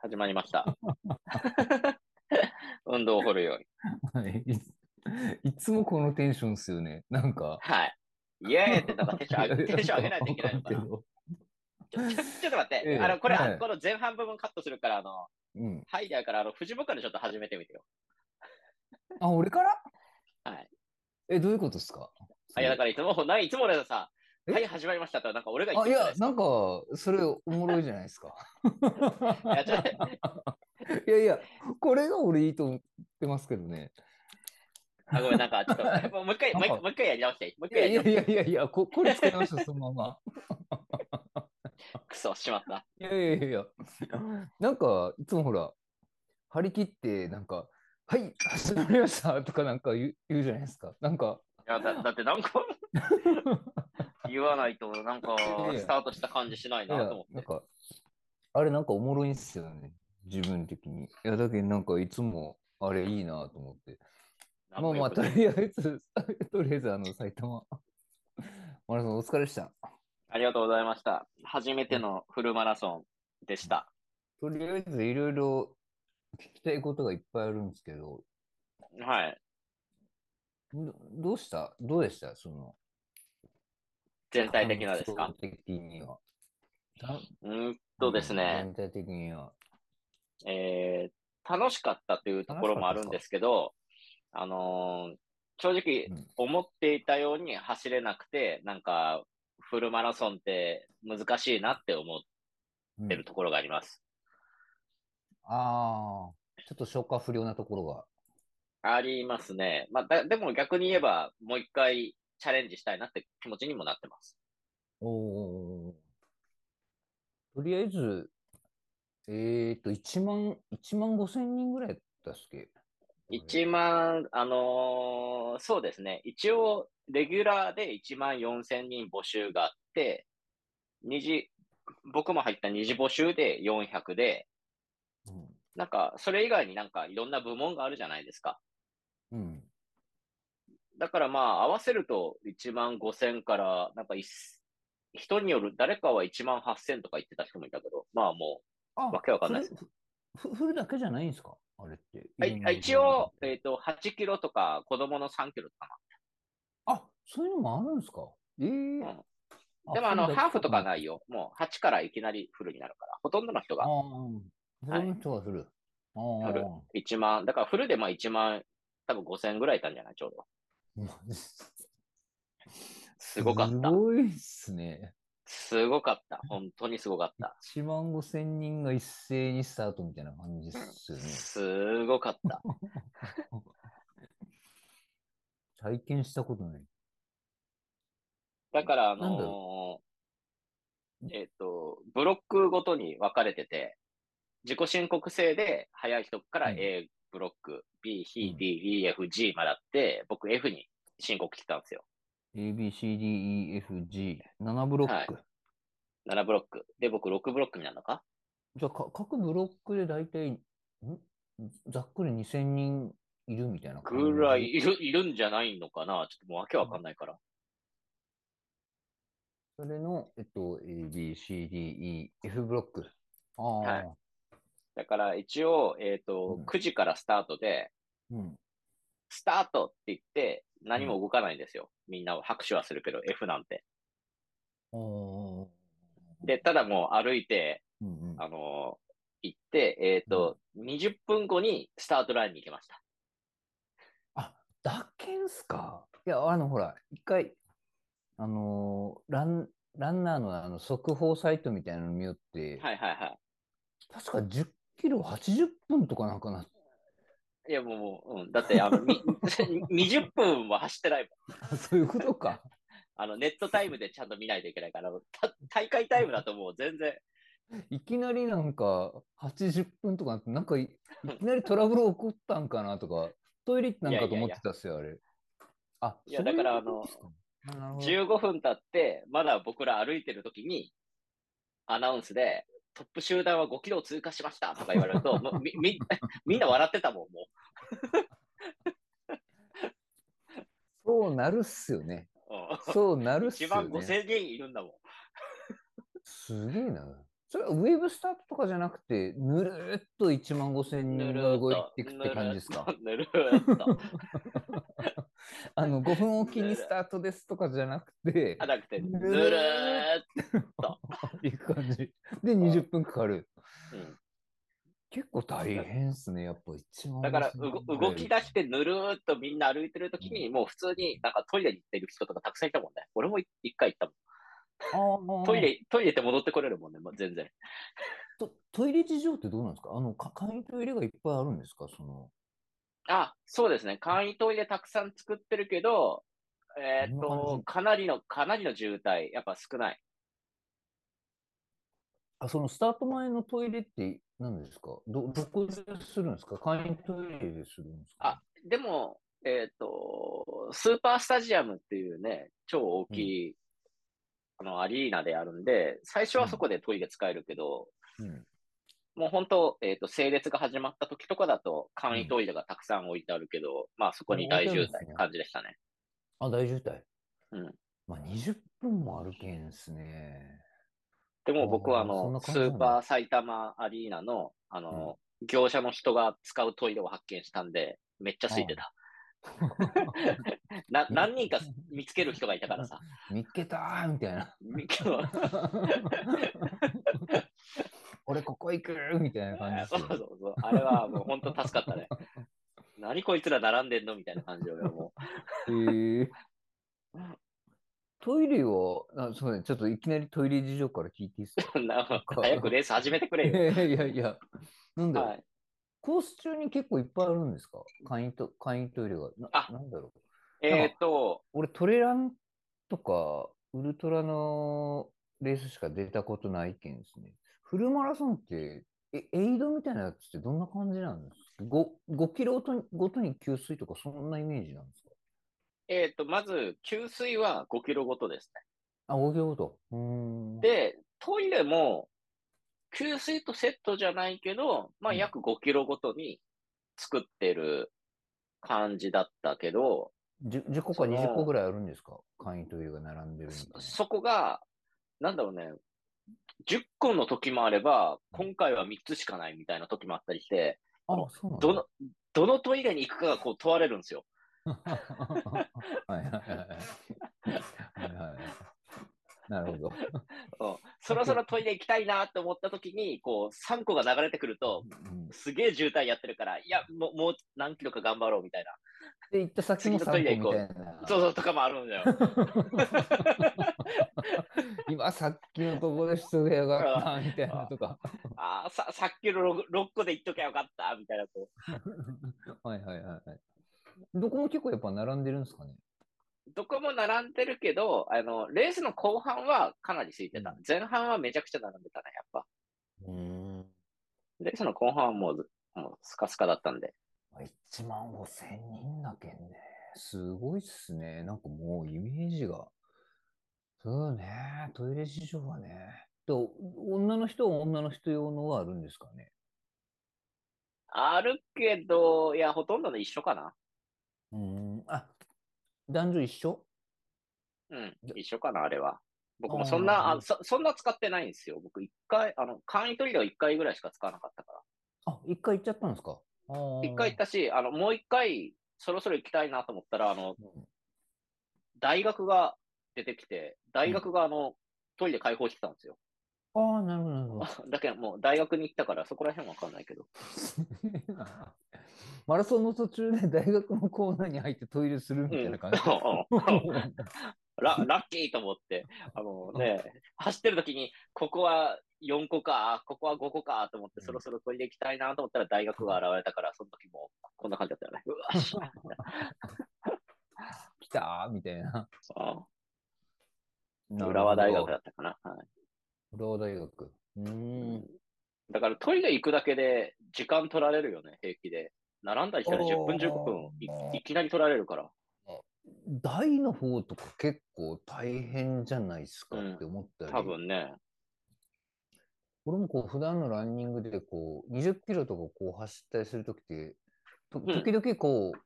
始まりました。 運動を掘るように。はい。 いいつもこのテンションっすよね。なんか。はい。イエーイってなんかテンション上 げ、テンション上げないといけないのかな。わかちょんけどちょっと待って、ええあの、これ、はいこの前半部分カットするから、あの、うん。ハイダーから、あの、藤袋でちょっと始めてみてよ。あ、俺からはい。え、どういうことっすかあいや、だからいつも、ない、いつも俺がさ、えはい、始まりましたと、なんか俺が言っあ、いてたや、じゃなんか、それおもろいじゃないですか。ないですか。いや、ちょっと、 いやいや、これが俺いいと思ってますけどね。あ、ごめん、なんか、 ちょっと、やっぱもう一回、もう一回もう一回やり直して、もう一い回ややいり直やしいやいやいや、ここれ使いました、そのまま。て、くそ、しまった。いやいやいやいや、なんか、いつもほら、張り切って、なんか、はい、始まりましたとかなんか言う言うじゃないですか。なんか、いや、だだってなん か、言わないと、なんか、いやスタートした感じしないいなやと思なっんか、あれなんかおもろいんすよね。自分的に。いや、だけどなんかいつも、あれいいなと思って。て。まあまあ、とありあえず、 とりあえず、あの、埼玉。 マラソンお疲れでした。ありがとうございました。初めてのフルマラソンでした。とりあえず、いろいろ聞きたいことがいっぱいあるんですけど、はい。どどうしたどうでしたその、全体的なですか感想的には。うーんとですね、全体的には。えー、楽しかったというところもあるんですけど、あのー正直うん思っていたように走れなくて、なんか、フルマラソンって難しいなって思ってるところがあります。ああ、ちょっと消化不良なところが。ありますね。まあ、だ、でも逆に言えば、もう一回チャレンジしたいなって気持ちにもなってます。おーとりあえず、えっと、1万、1万5千人ぐらいだったっすっけ1万、あのーそうですね。一応、レギュラーで1万4千人募集があって、二次、僕も入った二次募集で400で、うん。なんか、それ以外になんかいろんな部門があるじゃないですか。うん。だからまあ、合わせると1万5千から、なんかいっ人による、誰かは1万8千とか言ってた人もいたけど、まあもあ、わけわかんないっすそれふふフルだけじゃないんですかあれって。う、あいろんいなあ一応、部分えっと、8キロとか子供の3キロとかな。あ、そういうのもあるんですかえうえ。ん。でもあの、ハーフとかないいよ。もう8からいきなりフルになるから。ほとんどの人ああがー、フルの人がする。あやるあ。 1万、だからフルでまあ1万、多分5000ぐらいいたんじゃないちょうど。 すごかったすごいっすね。すごかった。本当にすごかった。 1万5千人が一斉にスタートみたいな感じっすよね。すごかった。体験したことない。だから、あなんだのーえっと、ブロックごとに分かれてて、自己申告制で、早い人から A ブロック、B、C、D、E、F、G まであって、僕 F に申告来たんですよ。 A, B, C, D, E, F, G。7ブロック。 7ブロック。で、僕6ブロックになるのかじゃあか、各ブロックで大体、んざっくり2000人いるみたいな感じ。ぐらいいる、い るんじゃないのかなちょっともうわけわかんないから。それの、えっと、A, B, C, D, E, F ブロック。ああ、はいだから一応、えっ、とうん、 9時からスタートで、うん。スタートって言って、何も動かないんですよ。みんなは拍手はするけど、F なんて。おーで、ただもう歩いて、うんうん、あのー行って、えっ、と、20分後にスタートラインに行きました。あ、だけんすか。いや、あの、ほら、一回、あのーラン、ランナーのあの速報サイトみたいなの見よって、はいはいは確か10キロ80分とかなんか な。い。いやもうもう、うん。だって、あの、 み20分は走ってないもん。そういうことか。あの、ネットタイムでちゃんと見ないといけないから、た大会タイムだともう全然、いきなりなんか80分とかなって、なんかい、いきなりトラブル起こったんかなとか、トイレ行ったんかと思ってたっすよ、あれ。あ、いやそういうだからことっすかあなるほど。 15分経って、まだ僕ら歩いてる時に、アナウンスで、トップ集団は5キロを通過しましたとか言われる と、もうみみ みんな笑ってたもん、もそうなるっすよね。う。うんそうなるっす1よ万ね。 5000人いるんだもん。すげえな。それはウェーブスタートとかじゃなくて、ぬるーっと1万5000ぬ人るがー動いっとていくって感じですか。ぬるーっと。ぬる ーっとあの、5分おきにスタートですとかじゃなくてあ、、なくて、ぬぬるーるーっいく感じ。で、20分かかる。と。うん結構大変っすね、やっぱ1万だから、 5000う人ぐごい動き出してぬるーっとみんな歩いてるときに、もう普通になんかトイレに行ってる人とかたくさんいたもんね。俺もい一回行ったもん。あートイレ、トイレって戻ってこれるもんね、もう全然。とトイレ事情ってどうなんですかあの、か簡易トイレがいっぱいあるんですかその。あ、そうですね。簡易トイレたくさん作ってるけど、えーっこんな感とじ、かなりの、かなりの渋滞、やっぱ少ない。あ、そのスタート前のトイレって何ですかど、どこでするんですか簡易トイレでするんですかあでも、えーっと、スーパースタジアムっていうね、超大きい、あの、アリーナであるんで、最初はそこでトイレ使えるけど、うんもう本当、えーっと、整列が始まった時とかだと、簡易トイレがたくさん置いてあるけど、まあそこに大渋滞って感じでしたね。あ、大渋滞。うん。まあ、20分も歩けんすね。でも僕はああーその、んなス感じなんだーパー埼玉アリーナの、あの、業者の人が使うトイレを発見したんで、めっちゃ空いてた。 な、何人か見つける人がいたからさ。見っけたーみたい な。み今日俺ここ行くーみたいな感じですそうよそうそう。あれはもう本当助かったね。何こいつら並んでんのみたいな感じで、俺はもう。へえトイレは、あ、すみません、ちょっといきなりトイレ事情から聞いていいですかそんな早くレース始めてくれいよ。やいやいや、なんだろう、はい。コース中に結構いっぱいあるんですか簡易ト、簡易トイレが。な、あなんだろう。えっと、俺トレランとかウルトラのレースしか出たことないけんですね。フルマラソンって、え、エイドみたいなやつってどんな感じなんですか ?5、5キロごとにごとに給水とかそんなイメージなんですかえっと、まず、給水は5キロごとですね。あ、5キロごと。うーん。で、トイレも、給水とセットじゃないけど、まあ、うん約5キロごとに作ってる感じだったけど、じゅ、10個かその20個ぐらいあるんですか簡易トイレが並んでるみたいそな。そこが、なんだろうね、10個の時もあれば、今回は3つしかないみたいな時もあったりして、あ、そうなんだどの、どのトイレに行くかがこう問われるんですよ。 はいはいはいはい。はいはいはい。なるほど。うん、そろそろトイレ行きたいなって思った時に、こう、3個が流れてくると、うんすげえ渋滞やってるから、いや、もう、もう何キロか頑張ろうみたいな。で、行った先も次のトイレ3行個こうみたいな。そうそうとかもあるんだよ。今さっきのとこで人手上がったみたいなとか。ああ、さ、さっきの 6, 個で言っときゃよかった、みたいな、こう。 はいはいはいはい。どこも結構やっぱ並んでるんですかね。どこも並んでるけど、あの、レースの後半はかなり空いてた。うん前半はめちゃくちゃ並んでたね、やっぱ。うん。レースの後半はもうず、もうスカスカだったんで。 1万5千人だけんね。すごいっすね。なんかもうイメージが。そうね。トイレ事情はね。と女の人は女の人用のはあるんですかね。あるけど、いや、ほとんどの一緒かな。うん。あ、男女一緒うんで、一緒かな、あれは。僕あもーそんな、あそそんな使ってないんですよ。僕一回、あの、簡易トイレを一回ぐらいしか使わなかったから。あ、一回行っちゃったんですかあ一回行ったし、あの、もう一回、そろそろ行きたいなと思ったら、あの、た。大学が出てきて、大学があの、トイレ開放してたんですよ。 ああ、なるほど、なるほど。だけどもう大学に行ったからそこら辺わかんないけど。すげえな マラソンの途中で大学のコーナーに入ってトイレす るみうたいん、 な感じ。ララッキーと思って、あのね、走ってる時に、ここは4個か、ここは5個かと思って、そろそろトイレ行きたいなと思ったら大学が現れたから、その時もこんな感じだったよね。うわし ゃ 来たーみたいな。うん浦和大学だだ。ったかな。はい浦和大学。うーん。だからトイレ行くだけで時間取られるよね、平気で。並んだりしたら10分10分いいきなり取られるから。大の方とか結構大変じゃないですかって思ったり。多分ね。俺もこう普段のランニングでこう20キロとかこう走ったりするときって、とん時々こう、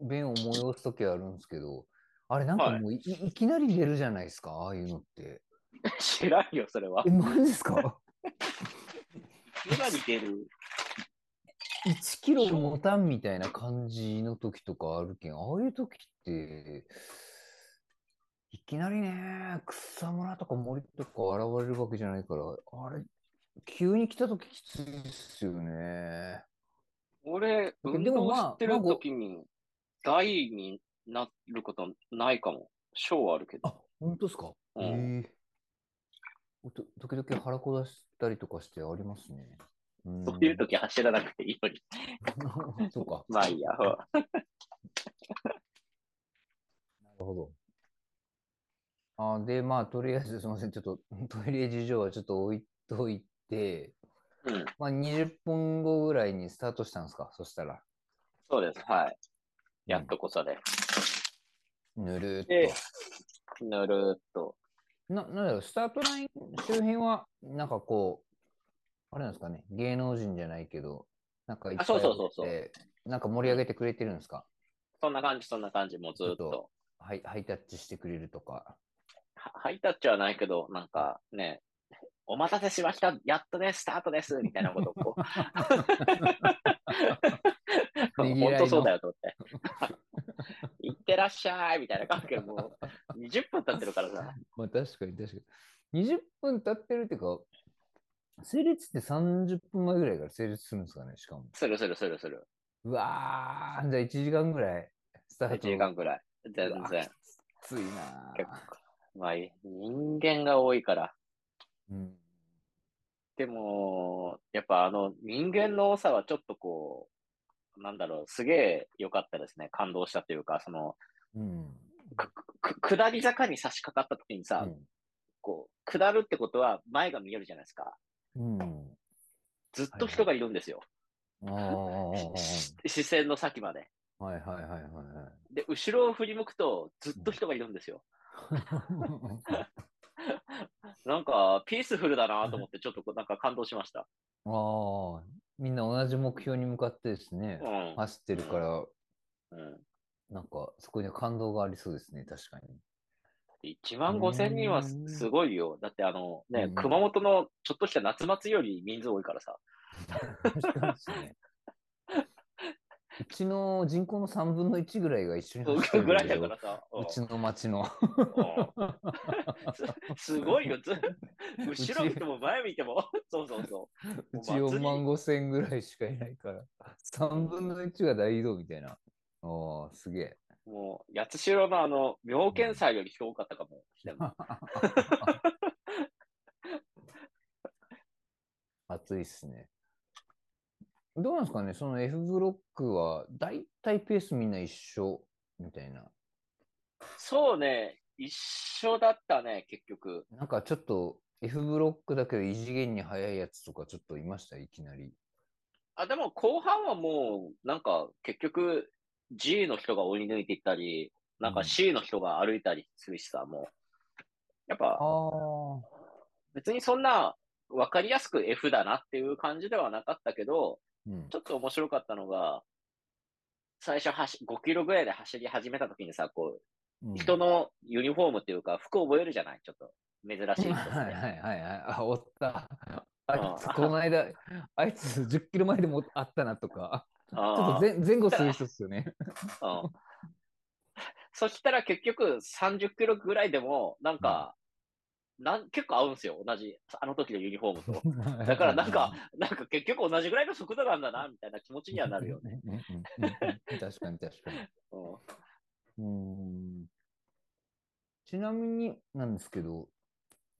便を催すときあるんですけど、あれなんかもうい,、い、きなり出るじゃないですか、ああいうのって。知らんよ、それはえ、。マジですか今に出る。 1キロ持たんみたいな感じの時とかあるけん、ああいう時って、いきなりね、草むらとか森とか現れるわけじゃないから、あれ、急に来た時きついっすよね。俺、でも運動まあしてる時に、害になることないかも。賞はあるけど。あ、本当ですかうんええおと時々腹こだしたりとかしてありますね。うんそういう時走らなくていいのに。 そうか。まあいいや。うんなるほど。あで、まあ、とりあえずすみません。ちょっと トイレ事情はちょっと置いといて、うん。まあ、20分後ぐらいにスタートしたんですかそしたら。そうです。はい。やっとこさで。ぬるーっと。で、ぬるーっと。な、なんだろう、スタートライン周辺は、なんかこう、あれなんですかね、芸能人じゃないけど、なんかいっぱあいそうそうそうそうおってなんか盛り上げてくれてるんですかそんな感じ、そんな感じ、もうずーっちょとっと。ハイハイタッチしてくれるとか。はハイタッチはないけど、なんかね、お待たせしました、やっとね、スタートです、みたいなことをこう。 ねぎら本いの当そうだよと思 って。行ってらっしゃい、みたいな感じで、もう20分経ってるからさ。まあ確かに確かに。20分経ってるっていうか、整列って30分前ぐらいから整列するんですかね、しかも。するするするする。うわー、じゃあ1時間ぐらいスター1ト。時間くらい。全うわ然。。きついな結構。まあ、人間が多いから。ーうん。でも、やっぱあの人間の多さはちょっとこう、なんだろう、すげえ良かったですね。感動したというか、その、うん。く下り坂に差し掛かった時にさ、こう、下るってことは前が見えるじゃないですか。うん。うん。ずっと人がいるんですよ。あーし視線の先まで。はいはいはいはいで、後ろを振り向くと、ずっと人がいるんですよ。 はい。なんか、ピースフルだなと思って、ちょっとこうなんか感動しました。ああ、みんな同じ目標に向かってですねう、ん。走ってるから、うん、なんかそこに感動がありそうですね、確かに。 1万5千人はすうんすごいよ。だってあの、ね、うん熊本のちょっとした夏祭りより人数多いからさ。確かにですね。うちの人口の3分の1ぐらいが一緒に走ってるんぐらいけだどからさ。うんうちの町の。 うんすすごいよ。 ず後ろ見ても前見ても。 そうそうそうう。ちもう祭4り万5千ぐらいしかいないから。3分の1が大移動みたいな。おー、すげえ。もう、八代のあの、妙見祭よりひどかったかもしれない。暑いっすね。どうなんですかね、その F ブロックは、だいたいペースみんな一緒みたいな。そうね、一緒だったね、結局。なんかちょっと F ブロックだけど異次元に速いやつとかちょっといました、いきなり。あ、でも後半はもう、なんか結局 G の人が追い抜いていったり、なんうかん C の人が歩いたりするしさ、もう。やっぱあ別にそんな分かりやすく F だなっていう感じではなかったけど、うんちょっと面白かったのが、最初はし5キロぐらいで走り始めた時にさ、こうんう、人のユニフォームっていうか、服覚えるじゃないちょっと珍しい人ってはいはいはいはい。あ、おった。ああいつ、この間、あいつ10キロ前でもあったなとか。ちあーょっと前前後する人っすよね。うんそしたら結局30キロぐらいでも、なんか、なん、結構合うんですよ。同じ、あの時のユニフォームと。 だからなん か、なんか結局同じぐらいの速度なんだな、みたいな気持ちにはなるよね。ね。うんうんうん確かに確かに。うんうーんちなみになんですけど、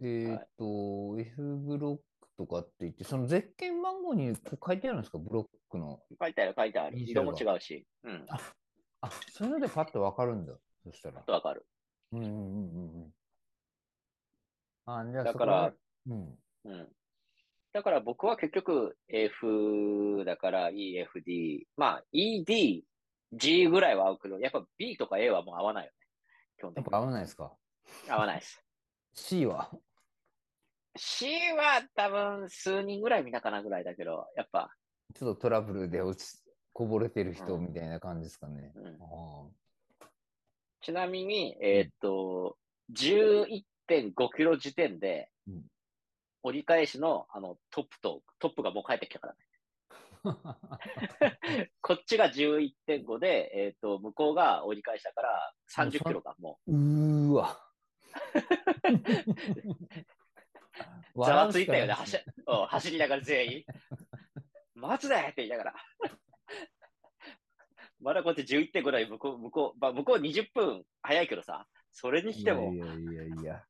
えーっと、F ブロックとかって言って、そのゼッケン番号にこう書いてあるんですか、ブロックの。書いてある、書いてある。いいじゃ色んも違うし。うん。ちょあ、そういうのでパッとわかるんだ、そしたらっ。とわかる。うんうんうんうんうん。あ、じゃあだそかこらは、うん。うん。だから僕は結局 F だから EFD。まあ ED、G ぐらいは合うけど、やっぱ B とか A はもう合わないよね。基本や的っぱ合わないですか。に。合わないです。 C は C は多分数人ぐらい見たかなぐらいだけど、やっぱ、ちょっとトラブルで落ち、こぼれてる人みたいな感じですかね。うんあちなみに、えーっと、11.5キロ時点でうん、折り返しの、あの、トップと、トップがもう帰ってきたから ね。こっちが11.5で、えっ、と、向こうが折り返したから、30キロがもうーわ。う、 ざわついたよね。笑うし走うん走りながら全員。 待つぜって言いながら。 まだこうやって11.5だよ。向こう、向こう、まあ、向こう20分早いけどさ、それにしてかもない、いやいやいやいや。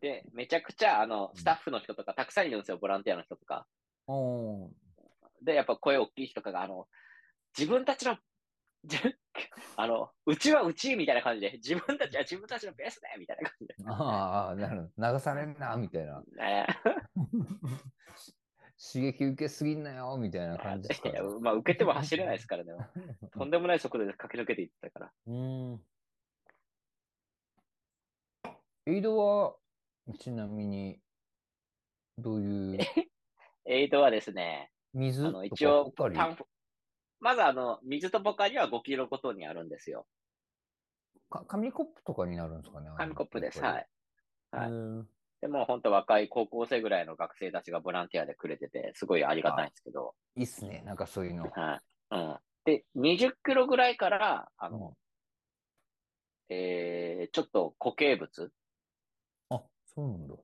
で、めちゃくちゃ、あの、スタッフの人とか、たくさんいるんですよ、ボランティアの人とか。おーで、やっぱ声大きい人とかが、あの、自分たちの、じ あの、うちはうち、みたいな感じで、自分たちは自分たちのベースだよ、みたいな感じで。ああ、なるほど。流されんな、みたいな。ね刺激受けすぎんなよ、みたいな感じですか いやまあ、受けても走れないです からね。とんら。でもない速度で駆け抜けていったから。うん。エイドは、ちなみに、どう いう、エイドはですね、水あとの、か一応、ポカリタンポまず、あの、水とポカリは5キロごとにあるんですよ。か紙コップとかになるんですかね。紙コップです。あはい。れはいうんでも、本当若い高校生ぐらいの学生たちがボランティアでくれてて、すごいありがたいんですけど。いいっすね、なんかそういうの。はい。うん。で、20キロぐらいから、ああの、えー、ちょっと固形物、あ、そうなんだ。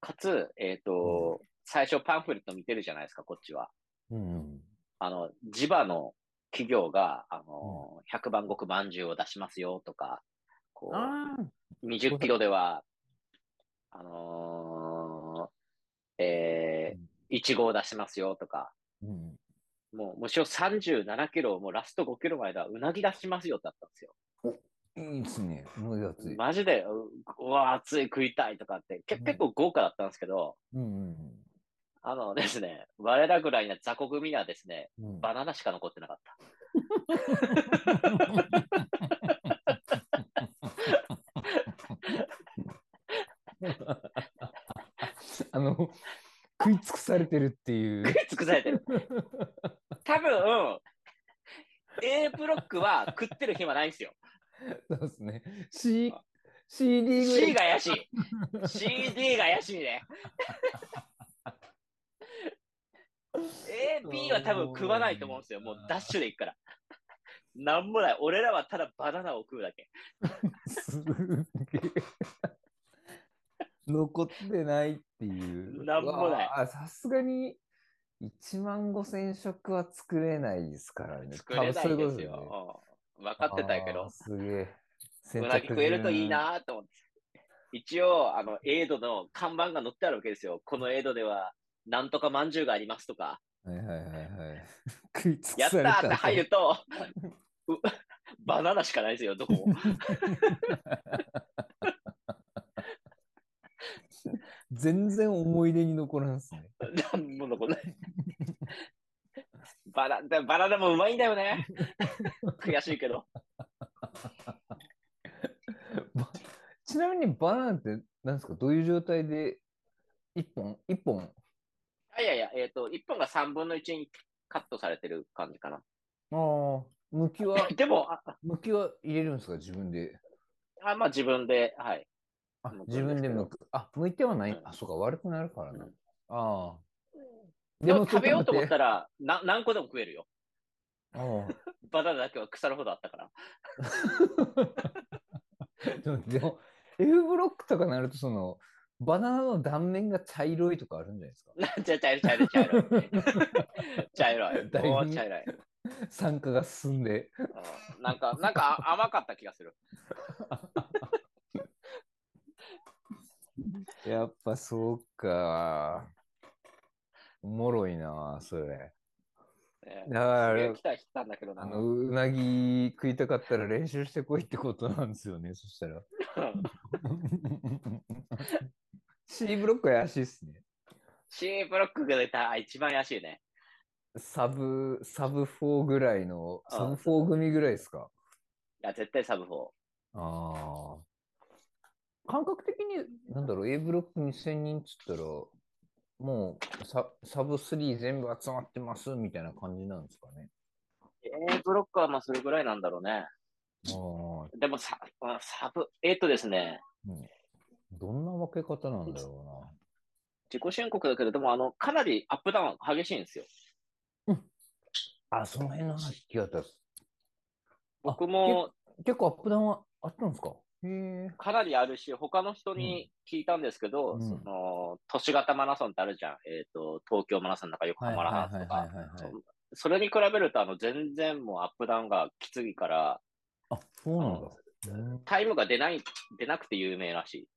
かつ、えっ、と、最初パンフレット見てるじゃないですか、こっちは。うんうん。あの、地場の企業が、あの、100番石まんじゅうを出しますよとか、こああ、う、20キロでは、あのーえー、いちごを出しますよとか、うん。もう、むしろ37キロ、もうラスト5キロまではうなぎ出しますよってあったんですよ。いいっすね、もうやつい。マジで、ううわ、熱い食いたいとかって、けうん結構豪華だったんですけど、うんあのですね、我らぐらいな雑魚組にはですね、うんうん。バナナしか残ってなかった。 あの、食い尽くされてるっていう。食い尽くされて る。多分、A ブロックは食ってる暇ないんですよ。そうですね。C、CD ぐらい C が怪しい。CD が怪しい ね。A、B は多分食わないと思うんですよ。もうダッシュでいくから。なんもない。俺らはただバナナを食うだけ。すげえ。残ってないっていう。なんもないうわあさすがに1万5千食は作れないですからね。作れない多分そういうでことすよねよ。うん分かってたけあーど、すげえ。う選択なぎ食えるといい順。なと思って。一応、あの、エイドの看板が載ってあるわけですよ。このエイドでは、なんとかまんじゅうがありますとか、はいはいはいはい。 食い尽くやったされーったて入ると、 うバナナしかないですよ、どこも。全然思い出に残らんっすね。なんも残んない。バナナ、バナナもうまいんだよね。悔しいけど。ばちなみにバナナって何ですかどういう状態で1本 ?1 本あいやいや、えっ、と、1本が3分の1にカットされてる感じかな。ああ、むきは、 でも、あ、むきは入れるんですか自分で。あまあ自分で、はい。剥あくんです自分でむく。あ、むいてはない。うんあ、そうか、悪くなるからな。うんああ。でも食べようと思ったら。ら、な何個でも食えるよ。ああバナナだけは腐るほどあったから。 でもでも F ブロックとかなるとそのバナナの断面が茶色いとかあるんじゃないですかなんちゃ茶色い茶色い茶色い。茶 色い。だいぶもう茶色い。酸化が進んでうんなんか、なんかあ甘かった気がする。やっぱそうかおもろいなそれねだからすげえ来た来たんだけどな。あのうなぎ食いたかったら練習してこいってことなんですよねそしたら C ブロックは怪しいっすね C ブロックが出たら一番怪しいね。サブサブ4ぐらいのあサブ4組ぐらいですかいや、絶対サブ4。ああ。感覚的に、なんだろう、A ブロック2000人っつったら、もうサ、サブ3全部集まってますみたいな感じなんですかね。 A ブロックはまあそれぐらいなんだろうね。ああ、でもサ、まあサブ、えっとですね、うん。どんな分け方なんだろ自己申告だけど、でもあの、かなりアップダウン激しいんですよ。あ、その辺の話聞きったです。僕も結構アップダウンはあったんですかへえ。かなりあるし、他の人に聞いたんですけど、うんその、都市型マラソンってあるじゃん。えっ、と、東京マラソンとか横浜マラソンとはいかはいはいはいはいはい。それに比べると、あの、全然もうアップダウンがきついから、あ、そうなんだ。うんタイムが出ない、出なくて有名らしい。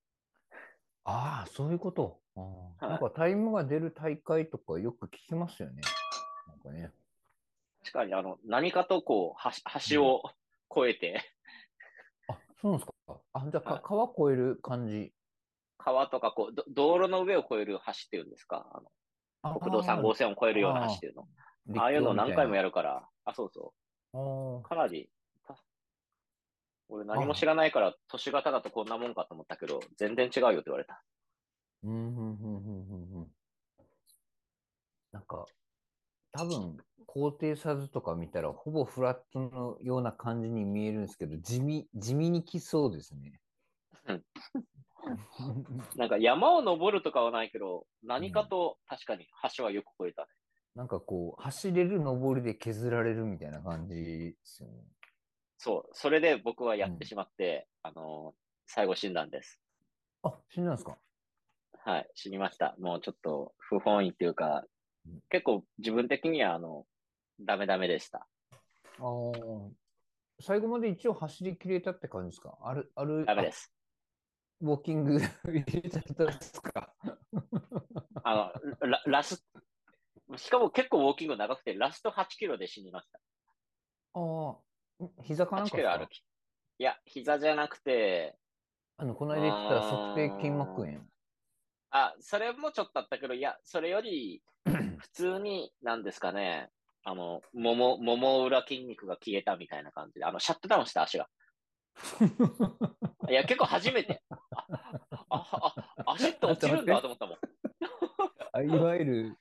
ああ、そういうこと。あーはないんかタイムが出る大会とかよく聞きますよね。なんかね。確かに、あの、何かとこう、橋、橋を越えて、あ、そうなんですか。あ、じゃあはいか川越える感じ。川とかこう、ど道路の上を越える橋っていうんですかあのあ国道3号線を越えるようなあー橋っていうの。ああいうのを何回もやるから、あ、そうそる。あう。かなり、た俺何も知らないから、都市型だとこんなもんかと思ったけど、全然違うよって言われた。ーうんうんうんうんうんうん。なんか、多分、高低差図とか見たら、ほぼフラットのような感じに見えるんですけど、地味、地味に来そうですね。うん なんか山を登るとかはないけど、何かと確かに橋はよく越えたね。なんかこう、走れる登りで削られるみたいな感じですよね。そう。それで僕はやってしまって、あのー最後死んだんです。あ、死んだんですかはい。死にました。もうちょっと不本意っていうかうん、結構自分的にはあの、ダメダメでした。あー最後まで一応走り切れたって感じですかある、ある、ダメです。ウォーキング 入れちゃったんですかあの、ララス、しかも結構ウォーキング長くて、ラスト8キロで死にました。ああ、ん膝かなん8かキですロか歩き。いや、膝じゃなくて、あの、この間言ってた測定筋膜炎。あ、それもちょっとあったけど、いや、それよ り、普通に、なんですかね、あの、もも、もも裏筋肉が消えたみたいな感じで、あの、シャットダウンした足が。 いや、結構初めて、あ、あ、あ、足って落ちるんだと思ったもん。あいわゆる、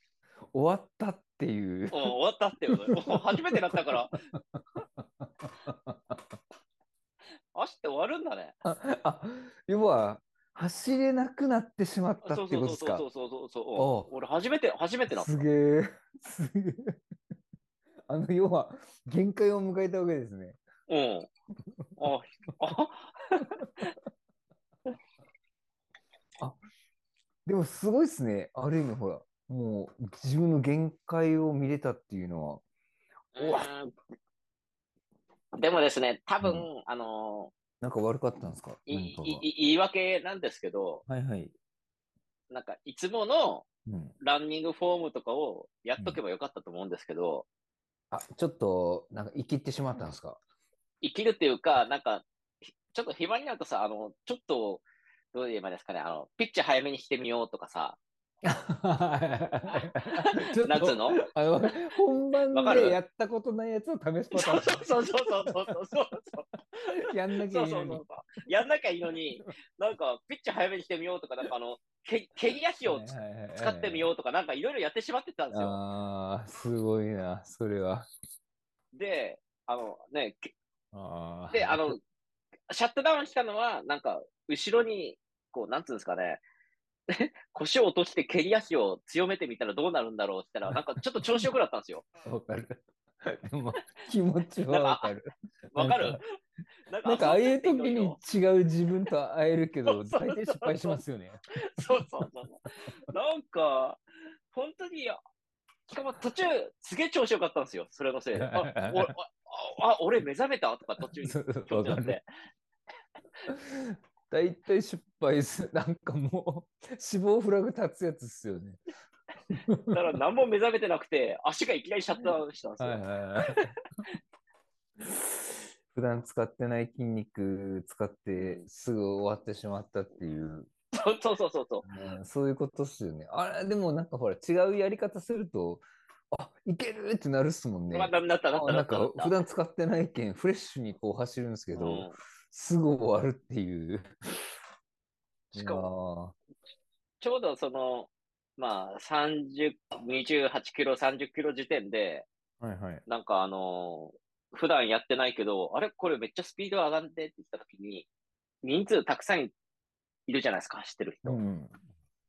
終わったっていう。 うん、終わったってよ。もう初めてだった から。足って終わるんだね。あ、要は、走れなくなってしまったそうってそうそうことですかそうそうそうそうおううん。俺初めて、初めてなったす。げえ、すげえ。あの、要は、限界を迎えたわけですね。 うん。あ、あ、でも、すごいですね。ある意味、ほら、もう、自分の限界を見れたっていうのは。うでもですね、多分、うあのなんか悪かったんですかいい何かがいい言い訳なんですけど、はいはい。なんかいつものうん。ランニングフォームとかをやっとけばよかったと思うんですけど、あ、ちょっと、なんか、生きってしまったんです か生きるっていうか、なんか、ひちょっと暇になるとさ、あの、ちょっと、どう言えばいいですかね、あの、ピッチ早めにしてみようとかさ、 ちょっと夏 の。あの本わ番かるでやったことないやつを試すパタそうそーうそうそうそうそうそう。ン。やんなきそゃういけそなうそいのにう。やんなきゃいいのに、なんか、ピッチ早めにしてみようとか、なんかあの、け蹴り足をつはいはいはいはい使ってみようとか、なんかいろいろやってしまってたんですよ。ああ、すごいな、それは。で、あのね、けあーで、あ、の、シャットダウンしたのは、なんか、後ろに、こう、なんつうんですかね、 腰を落として蹴り足を強めてみたらどうなるんだろうって言ったら、なんかちょっと調子良くなったんですよ。わかる。 でも、気持ちはわかる。わかるなんか、ああいう時遊んでていいのによ違う自分と会えるけど、そうそう大抵失敗しますよね。 そうそうそう。なんか、本当に、しかも途中、すげえ調子良かったんですよ、それのせいで。あ、おああ俺目覚めたとか途中にそうそう調わ子か乗っる。て。大体失敗する。なんかもう、 死亡フラグ立つやつっすよね。だから何も目覚めてなくて、足がいきなりシャットダウンしたんですよ。はいはい はい。普段使ってない筋肉使ってすぐ終わってしまったっていう、そうそうそうそうそう。うんそういうことっすよね。あれ、でもなんかほら、違うやり方すると、あいけるってなるっすもんね。まあ、ダメだった、だった、あだなっんた。かだった普段使ってないけん、フレッシュにこう走るんですけど、うすぐ終わるっていう。んしかも、も、ちょうどその、まあ、30、28キロ、30キロ時点で、はいはい。なんかあのー普段やってないけど、あれこれめっちゃスピード上がんでって言った時に、人数たくさんいるじゃないですか、走ってる人。うん。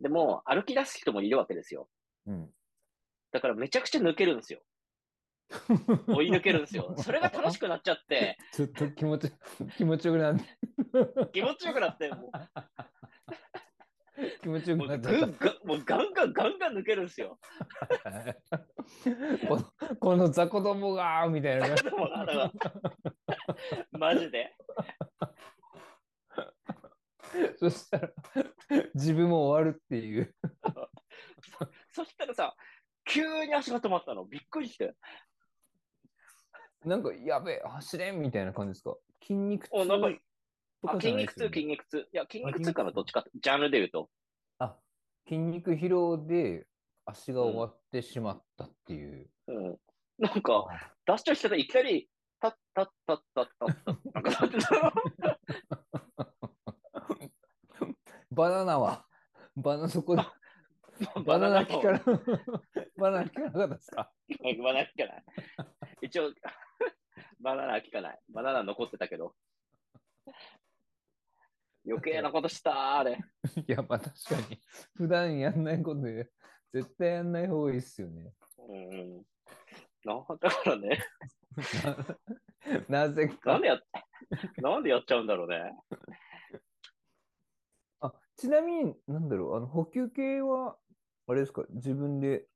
でも、歩き出す人もいるわけですよ。うん。だからめちゃくちゃ抜けるんで すよ。追い抜けるんですよ。それが楽しくなっちゃって、ちょっと気持ち、気持ちよくなって、気持ちよくなって、も気持ちよう、くも なうっぐちゃっんぐんもうガンガンガンガン抜けるんですよ。た。 このこの雑魚どもがーみた いなね。でもあのマジで。そしたら、自分も終わるっていう。そしたらさ、急に足が止まったの。びっくりして。なんか、やべえ、走れんみたいな感じですか筋肉痛おなんかとあかじ筋ゃない肉です痛、よね筋肉痛。いや、筋肉痛かな、筋肉痛どっちかって。ジャンルで言うと。あ、筋肉疲労で足が終わってしまったっていう。うん。なんか、ダッシュしてたらいきなり、タッタッタッタッタッタッなんかなってたバナナは、バナ、そこで、バナナ木から、 バナナ木からなかったですかバナナ聞かない。一応、バナナ聞かない。バナナ残ってたけど。余計なことしたー、あれ。いや、まあ確かに、普段やんないことで、絶対やんない方がいいっすよね。うん。なだからね、な ぜなかん。でやっ、なんでやっちゃうんだろうね。あ、ちなみに、なんだろう、あの、補給系は、あれですか、自分で、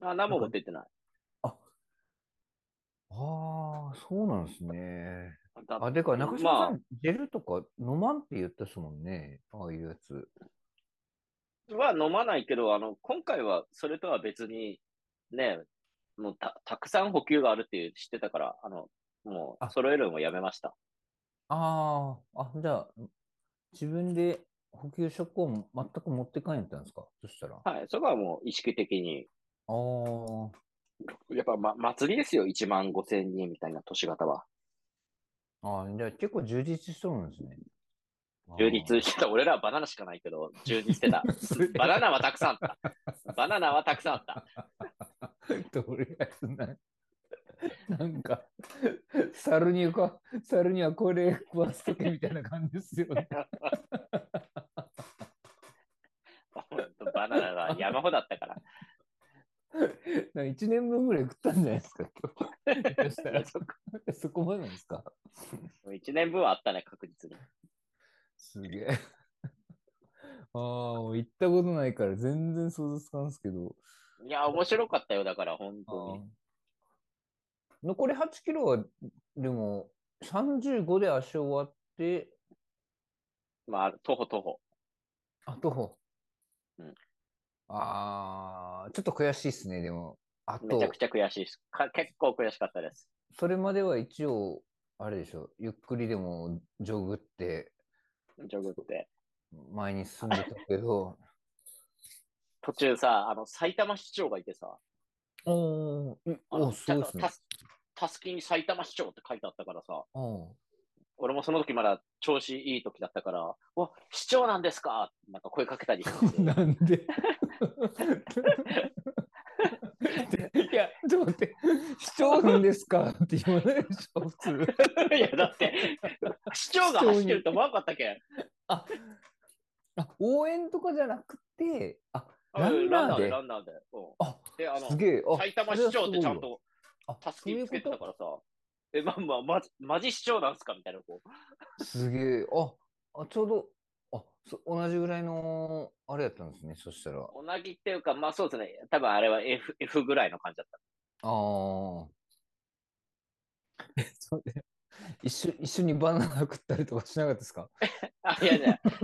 あ何も持ってってない。ああ、そうなんですね。だあ、でか、中島まさあん、ジェルとか飲まんって言ったっすもんね。ああいうやつ。は飲まないけど、あの、今回はそれとは別に、ね、もうた、たくさん補給があるっていう知ってたから、あの、もうあ揃えるのもやめました。ああ、あ、じゃあ、自分で補給食を全く持って帰んやったんですかそしたら。あはい、そこはもう意識的に。あー、やっぱ、ま、祭りですよ、1万5千人みたいな都市型は。あーじゃあ結構充実しとるんですね。充実してた。俺らはバナナしかないけど、充実 してた。バナナはたくさんあった。バナナはたくさんあった。とりあえずな、なんか、猿にか、猿にはこれ食わすとけみたいな感じですよね。ほんとバナナが山ほどあったから。なんか1年分ぐらい食ったんじゃないですか、今日。そしたらそっかそこまでなんですか1年分はあったね、確実に。すげえ。ああ、もう行ったことないから全然想像つかんすけど。いや、面白かったよ、だから、本あ当ー残り8キロは、でも、35で足終わって、に。まあ、徒歩徒歩。あと、うんああ、ちょっと悔しいっすね、でも。あめちゃとく、ちゃ悔しいです。か結構悔しかったです。それまでは一応、あれでしょ、ゆっくりでもジョグってジョグって。前に進んでた けど、途中さ、あの、埼玉市長がいてさ、おーいあおのー、すごいっすねた。たすきに埼玉市長って書いてあったからさ、うん俺もその時まだ調子いい時だったから、わ、市長なんですかなんか声かけたりして。 なんでいや、 ちょっと待って、市長なんですかって言わないでしょ、普通。 いや、だって、市長が走ってると思わんかったけん。あ、あ応援とかじゃなくて、あ、ラうンんランナーナーで。で、ランナーで。うんあ、で、あすの、げえ。あ、埼玉市長ってちゃんそれはすごいわとあ、たすそうきいにうつけてこたからさ、え、まあまあ、まじ、まじ市長なんすかみたいな、こう。とすげえ。あ、あ、ちょうど、あ、そ同じぐらいの、あれやったんですね、そしたら。あ同じっていうか、まあそうですね。多分あれは F, F ぐらいの感じだった。あー。え、そうで、一緒、一緒にバナナ食ったりとかしなかったですかあ、いやいや。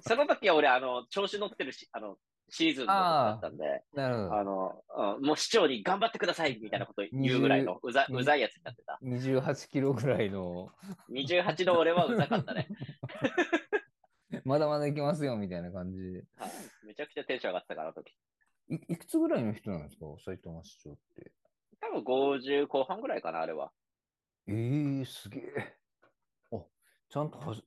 その時は俺、あの、調子乗ってるし、あの、シーズンの時だったんで、なるほあど。の、うんもう市長に頑張ってくださいみたいなこと言うぐらいの、うざ、うんうざいやつになってた。 28キロぐらいの、 28の俺はうざかったね。 まだまだいきますよ、みたいな感じで。はいめちゃくちゃテンション上がってたから、あの時。い、いくつぐらいの人なんですか埼玉市長って。多分50後半ぐらいかな、あれは。ええすげえ。あ、ちゃんとはじ、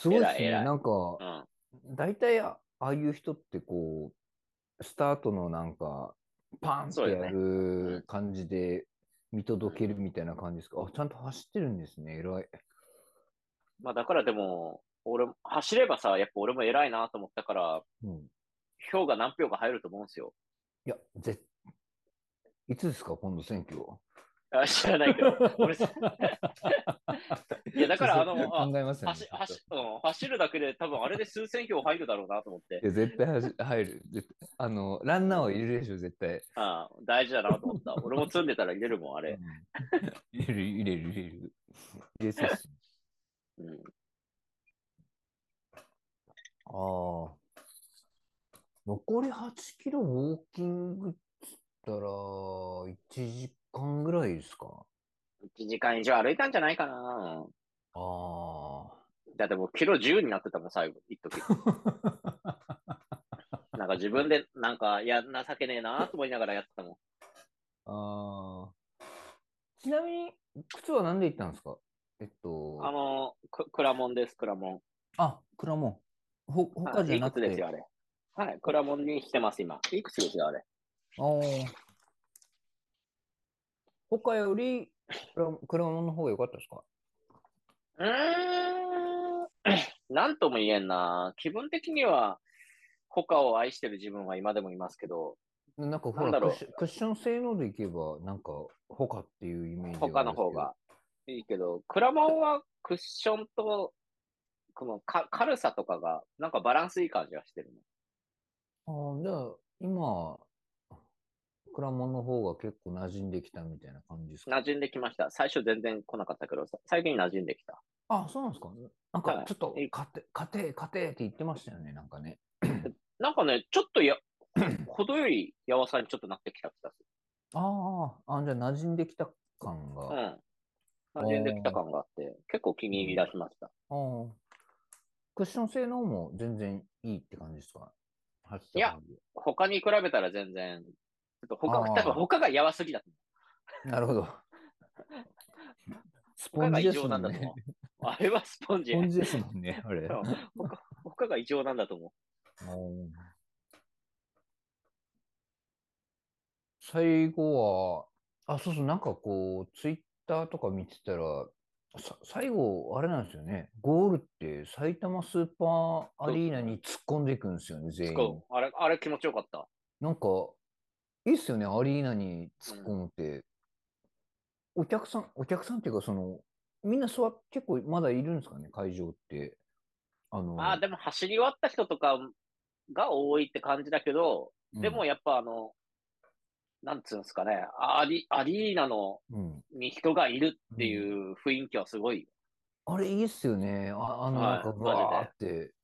すごいっす偉いね。偉いなんか、うん。大体あ、ああいう人ってこう、スタートのなんか、パンってそうよねうやるん感じで見届けるみたいな感じですか。あ、ちゃんと走ってるんですね。偉い。まあだからでも、俺も、走ればさ、やっぱ俺も偉いなと思ったから、うん。票が何票か入ると思うんですよ。いや、ぜ、いつですか、今度選挙は。あ知らないけど。俺さ いや、だから、あの、あ考えますよね走。走うん走るだけで多分あれで数千票入るだろうなと思ってい、や、絶対走入る。絶対あの、ランナーを入れるでしょ、絶対。ああ大事だなと思った。俺も積んでたら入れるもん、あれ。うん 入れる、入れる、入 れる。入れそうっすねうん、ああ。残り8キロウォーキングっつったら、1時間ぐらいですか。 1時間以上歩いたんじゃないかな。あだってもうキロ10になってたもん、最後、一 時。あ。なんか自分で、なんか、いや、情けねえなと思いながらやってたもん。ああ。ちなみに、靴は何で行ったんですかえっと、あの、くくらもんです、くらもん。あ、くらもん。ほ、他じゃいなくくつですて。よ、あれ。はい、くらもんに来てます、今。いくつですよ、あれ。ああ。他より、くらくらもんの方が良かったですかうーん、 なんとも言えんな。気分的には、他を愛してる自分は今でもいますけど、なんかほなんらだろうクッション、クッション性能でいけば、なんか、他っていうイメージが他あのるんですけど方がいいけど、くらもんはクッションと、このか軽さとかが、なんかバランスいい感じがしてるね。ああ、じゃあ、今、くらもんの方が結構馴染んできたみたいな感じですか馴染んできました。最初全然来なかったけど、さ最近馴染んできた。あ、そうなんですかなんはかい、ちょっとえ、家庭、家庭、家庭って言ってましたよね、なんかね。なんかね、ちょっとや、 程よい柔らかさにちょっとなってきた気がすああ、あ、じゃあ、馴染んできた感が。る。あうん。馴染んできた感があって、結構気に入り出しました。あ。クッション性能も全然いいって感じですか走ったいや感じ他に比べたら全然、ちょっと他、あー多分他がやばすぎだとなるほど。ス思ポ う。他ンがジ異です常もなんんだとね思。う。あれはスポンスジ。ポンジですもんね、あれ。うん他他が異常なんだと思う。おー最後は、あ、そうそう、なんかこう、ツイッターとか見てたら、さ、最後、あれなんですよね。ゴールって埼玉スーパーアリーナに突っ込んでいくんですよね、全員。そうあれ、あれ気持ちよかった。なんか、いいっすよね、アリーナに突っ込むって。お客さん、お客さんっていうか、その、みんな座っ、結構まだいるんですかね、会場って。あの、まあでも走り終わった人とかが多いって感じだけど、うんでも、やっぱあの、なんつうんですかね、アリアリーナのうん。に人がいるっていう雰囲気はすごい。あれいいっすよね。あ、あの、はいなマんか、ジでわーって、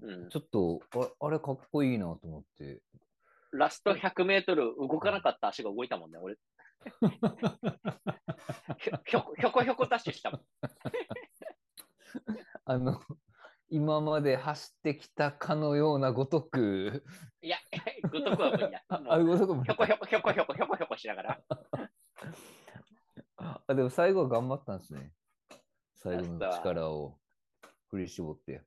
うんちょっと、あ、あれかっこいいなと思って。ラスト100メートル動かなかった足が動いたもんね、 俺。ひょひょひょこひょこダッシュしたもん。あの、 今まで走ってきたかのようなごとく、いや、 グッとくは無理だ。あ、もあ、うごとくもひょこひょこひょこひょこひょこひょこしながら。あ、でも最後は頑張ったんですね。最ラス後のトは力を振り絞って。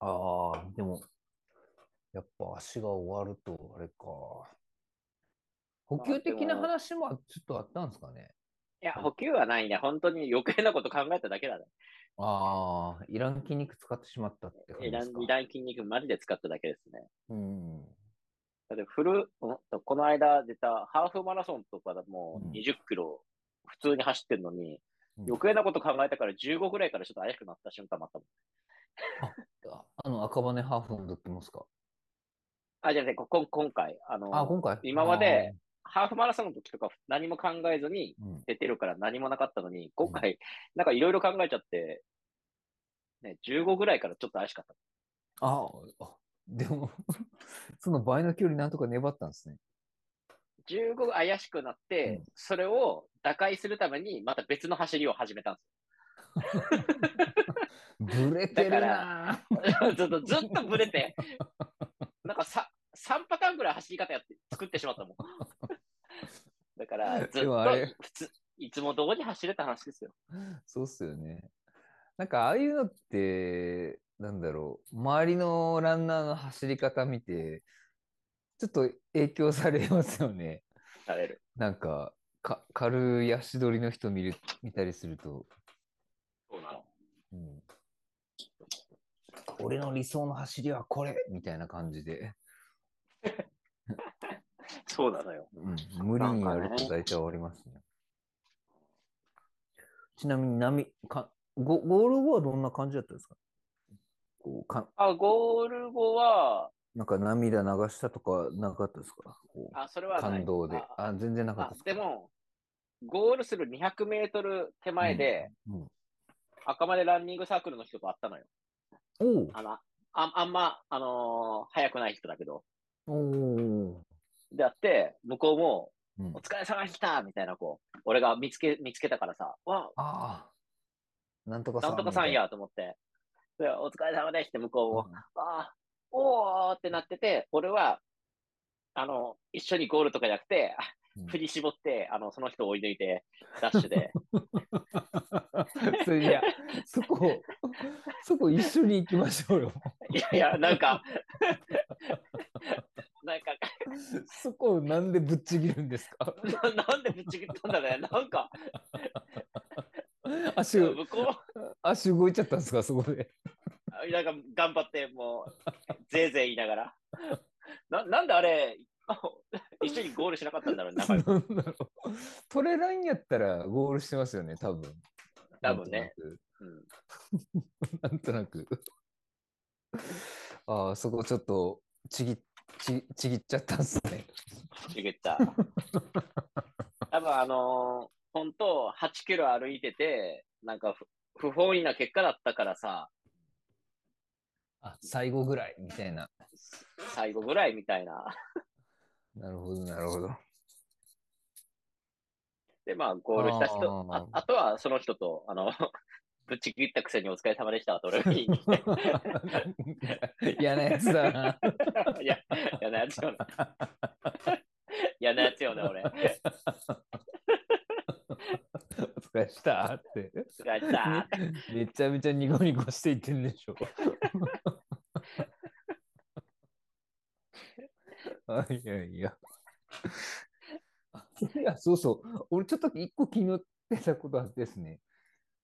ああ、でも、やっぱ足が終わると、あれか。補給的な話もちょっとあったんですかね。いや、補給はないね。本当に余計なこと考えただけだね。ああ、いらん筋肉使ってしまったって感いじらんですか。いらん筋肉マジで使っただけですね。うん。だってフル、んこの間出たハーフマラソンとかだともうんう20キロ普通に走ってるのに、うん余計なこと考えたから15ぐらいからちょっと怪しくなった瞬間もあったもん。ああの、赤羽ハーフの時もですか。あ、じゃあね、ここん今回、あの、あ、今回。今までハーフマラソンの時とか何も考えずにあー。うん出てるから何もなかったのに、今回、なんかいろいろ考えちゃって、ね、15ぐらいからちょっと怪しかった。ああ、でも、 その倍の距離なんとか粘ったんですね。 15怪しくなって、うんそれを打開するためにまた別の走りを始めたんですぶれてるだかなぁ。 ずっと、ずっとブレ て、なんかさ、3パターンぐらい走り方やって、作ってしまったもん。 だから、ずっでともあれ、普通、いつも通り走れた話ですよ。そうっすよね。なんか、ああいうのって、なんだろう、周りのランナーの走り方見て、ちょっと影響されますよね。される。なんか、か軽い足取りの人見る見たりすると。俺の理想の走りはこれみたいな感じで、そうなのよ。うん、無理にやると大体終わりますね。ちなみに波かゴ、ゴール後はどんな感じだったんですかこうかあ、ゴール後は、なんか涙流したとかなかったですかこうあ、それはない感動で。あ、あ、全然なかったあすかで、も、ゴールする200メートル手前で、うん、赤までランニングサークルの人と会ったのよ。おうあの、ああんま、あのー早くない人だけど。おうであって、向こうも、うんお、疲れ様でしたみたいな子、俺が見つけ、見つけたからさ、わああ、なんとかあ、なんとかさんやと思って、で、お疲れ様でして向こうも、ああ、おーってなってて、俺は、あの、一緒にゴールとかじゃなくて、うん振り絞って、あの、その人を追い抜いて、ダッシュで、 それいや、そ こ、そこ一緒に行きましょうよ。いやいや、なんか、なんか、そこをなんでぶっちぎるんですかななんでぶっちぎったんだね。なんか、足を、向こ足動いちゃったんですかそこで。う、なんか頑張って、もう、ぜいぜい言いながら。ななんであれ、 一緒にゴールしなかったんだろうね、仲な良くんだろう。トレラインやったらゴールしてますよね、多分。多分ね。うんなんとなく。ああ、そこちょっとちぎちちぎっちゃったんすね。ちぎった。多分あのー、本当8キロ歩いてて、なんかふ不本意な結果だったからさ、あ最後ぐらいみたいな。最後ぐらいみたいな。なるほど、な るほど。で、まあ、ゴールした人、あーああとはその人と、あの、 ぶっちぎったくせにお疲れ様でしたと俺 が言いに来て嫌なやつだな。いや、嫌なやつよね。 嫌なやつよね、俺。お疲れしたって。疲れた。めちゃめちゃニコニコしていってんでしょ。あいやいや。あそういや、そうそう。俺ちょっと一個気になってたことあってですね。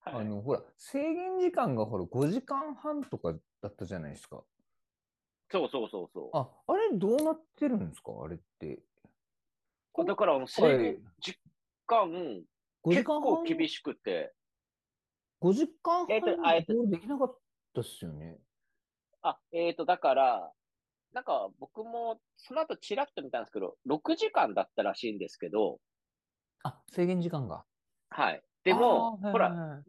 はあいの、ほら、制限時間がほら5時間半とかだったじゃないですか。そうそうそうそあ、あれどうなってるんですかあれって。う。だから、制限時間、 5時結間構半厳しくて、 5時間半えっとあえっとゴールできなかったっすよね。あ、えーと、だから、なんか僕もその後ちらっと見たんですけど、6時間だったらしいんですけど、あ、制限時間が。はい。でも、あーほ、はいら、はいはい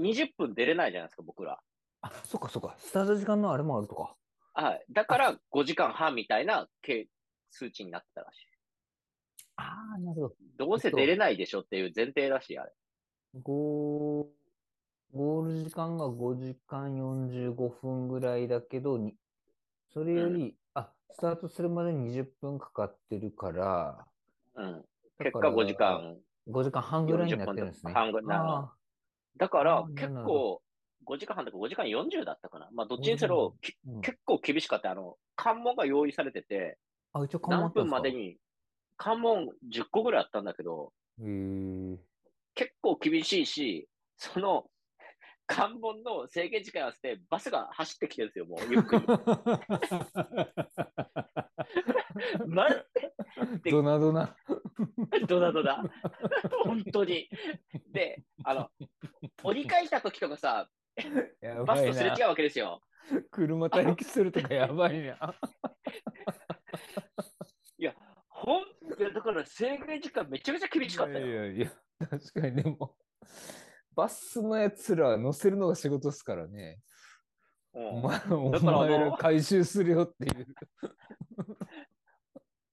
20分出れないじゃないですか、僕ら。あ、そっかそっか。スタート時間のあれもあるとか。はい。だから5時間半みたいな計数値になってたらしああ、なるほい。どうせ出れないでしょっていう前提だし、あれ。ど。ゴーゴール時間が5時間45分ぐらいだけど、にそれより、あ、スタートするまで20分かかってるから、うん。だ結か果ら5時。間。 5時間半ぐらいになってるんですね。 40分半ぐらいなあだからあーな結るほ構、5時間半とか5時間40だったかな。まあ、どっちにせろ、きーうん結構厳しかった。あの、関門が用意されてて、あ、一応緩和あ何ったん分すまでか。に、関門10個ぐらいあったんだけど、へえ。結構厳しいし、その、関門の制限時間に合わせて、バスが走ってきてるんですよ、もう、ゆっく り。なんで ドナドナ。 ドダドダ。本当に。で、あの、折り返した時とかさ、やバばスいとすれな違。うわけですよ。車待機するとかやばいな。ほん、いやだから制限時間めちゃめちゃ厳しかったよ。いやいやいや、確かにでも、バスのやつら乗せるのが仕事ですからね。うんお前おだからあの前ら回収するよっていう。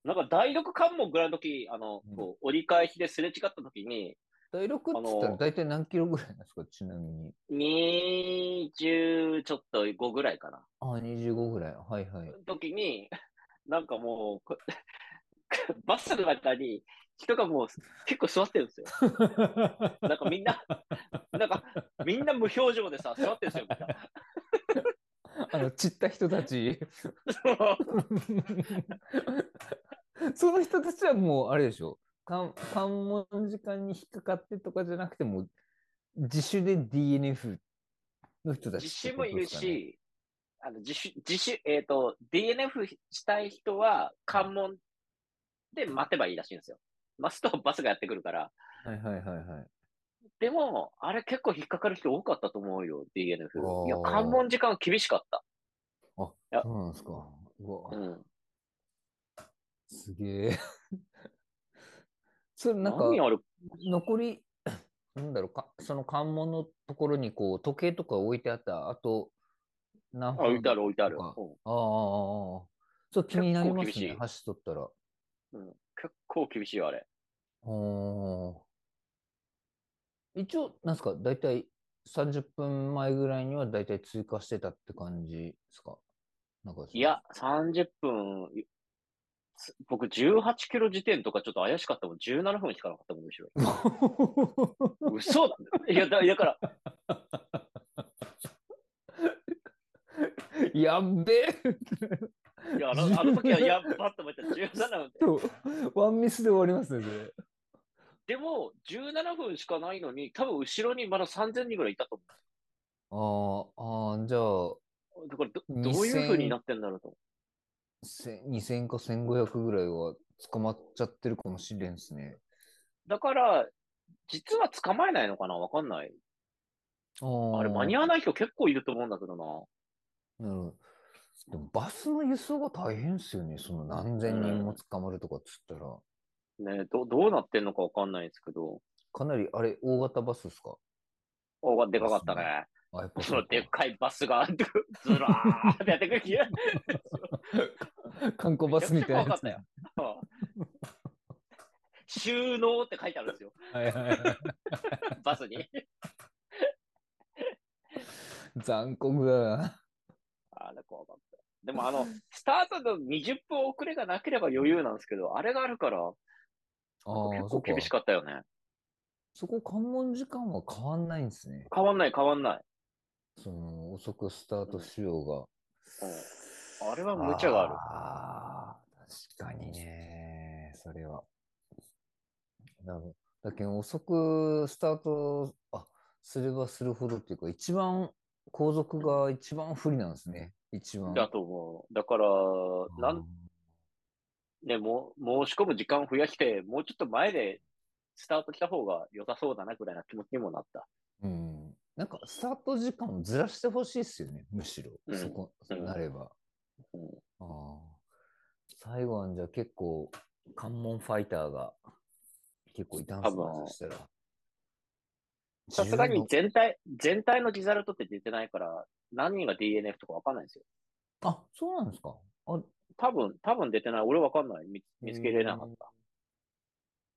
なんか第六関門ぐらいの時、あの、うんこう折り返しですれ違った時に、第6っつったあらの大体何キロぐらいなんですか、ちなみに。 20ちょっと5ぐらいかな。あ、25ぐらい。はいはい。時に、なんかもうこ、 バスの中に人がもう結構座ってるんですよ。なんかみんな、なんかみんな無表情でさ、座ってるんですよ、 あの、散った人たち。 みんな。その人たちはもう、あれでしょ。関関門時間に引っかかってとかじゃなくてもう、自主で DNF の人たちってことですかね、実習もいるし、あの自主、自主、えっ、と、DNF したい人は関門で待てばいいらしいんですよ。待つとバスがやってくるから。はいはいはいはい。でも、あれ結構引っかかる人多かったと思うよ、DNF。いや、おー関門時間厳しかった。あや、そうなんですか。うわ、うん。すげえ。 それなんか、何あれ、残り、 なんだろうか、その関門のところにこう、時計とか置いてあった、あと、何あ、置いてある置いてある。なんかうんああ、ああああそう、気になりま結す構厳しねい。走っとったら。うん、結構厳しいよ、あれ。おー一応、なんすか、だいたい30分前ぐらいにはだいたい通過してたって感じですかなんかいや、、30分、す僕18キロ時点とかちょっと怪しかったもん。17分しかなかったもん、むしろ。嘘いやだ、だ から、 やっべえいやあのあの時はやっばって思った。17分で。と、 ワンミスで終わりますね、それ。でも、17分しかないのに、多分後ろにまだ3000人ぐらいいたとああ、ああ、じゃあ、思う。だからど、どういう風になってんだろうと思せ2000か1500ぐらいは捕まっちゃってるかもしれんですね。う。だから、実は捕まえないのかなわかんない。ああれ、間に合わわない人結構いると思うんだけどな。なるほどでもバスの輸送が大変ですよね。その何千人も捕まるとかっつったら。ねど、どうなってんのかわかんないですけど、かなり、あれ、大型バスですかおがでかかったね。あ、やっぱそのうか でっかいバスが、 ずらーってやってくる気 が。観光バスみたいなやつ、ね。収納って書いてあるんですよ。はいはいはい。バスに。残酷 だな。あれ怖かった。でもあ の、スタートの20分遅れがなければ余裕なんですけど、あれがあるから、ああ、結そ構っか厳しかったよね。そこ関門時間は変わんないんですね。変わんない変わんない。その、遅くスタートしようが。あれは無茶がある。あー確かにね、それは。なるほど。だけど遅くスタートあすればするほどっていうか、一番、後続が一番不利なんですね。一番。だと思う。だから、なん、ね、もう、申し込む時間を増やして、もうちょっと前でスタートした方が良さそうだな、ぐらいな気持ちにもなった。うん。なんか、スタート時間をずらしてほしいですよね、むしろ。うんそこ、うんなれば。うんあー最後はじゃあ結構、関門ファイターが結構いたんすね多分そしたら。さすが16に全体、全体のリザルトって出てないから、何人が DNF とかわかんないんですよ。あ、そうなんですか。あ、多分、多分出てない。俺わかんない。見見つけれなかった。た。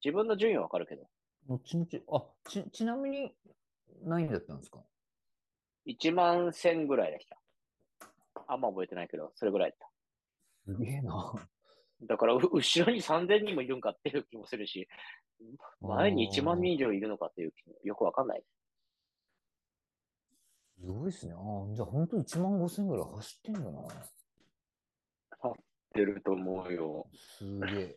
自分の順位はわかるけど。後々、あ、ち、ちなみに何位だったんですか1万1000ぐらいでした。あんま覚えてないけど、それぐらいだっすげえな。た。だから、う後ろに3000人もいるんかっていう気もするし、前に1万人以上いるのかっていう気もよくわかんない。あー。すごいですね。あーじゃあ本当1万5千ぐらい走ってんだな。出ると思うよ。すげえ。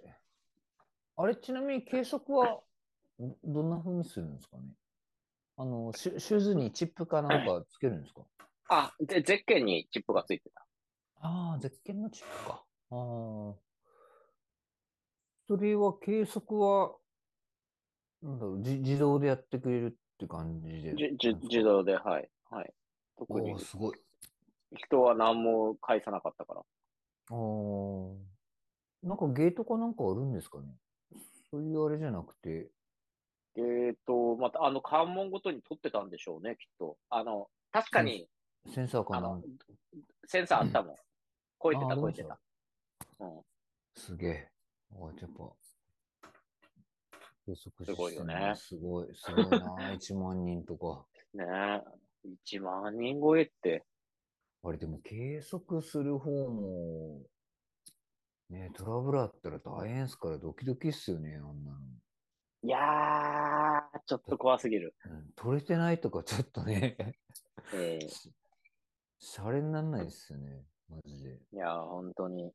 あれ、ちなみに計測はどどんな風にするんですかねあの、シュ、シューズにチップかなんかつけるんですかあ、で、ゼッケンにチップがついてた。ああ、ゼッケンのチップか。ああ。それは計測は、なんだろう、じ、自動でやってくれるって感じで。じじ自動で、はい。はい。特おにお、すごい。人は何も返さなかったから。ああ。なんかゲートかなんかあるんですかねそういうあれじゃなくて。えーと、また、あの、関門ごとに取ってたんでしょうね、きっと。あの、確かに、センサーかあなの、センサーあったもん。超えてあた、ー超えてた。うん。すげえ。おい、やっぱ。計測すごいよねシステムがすごい、すごいな。1万 人とか。ねえ。1万人超えって。あれ、でも計測する方も、ねトラブルあったら大変っすから、ドキドキっすよね、あんなの。いやー、ちょっと怖すぎる。うん、取れてないとか、ちょっとね、ええ シャレになんないっすよね、マジで。いやー、本当に。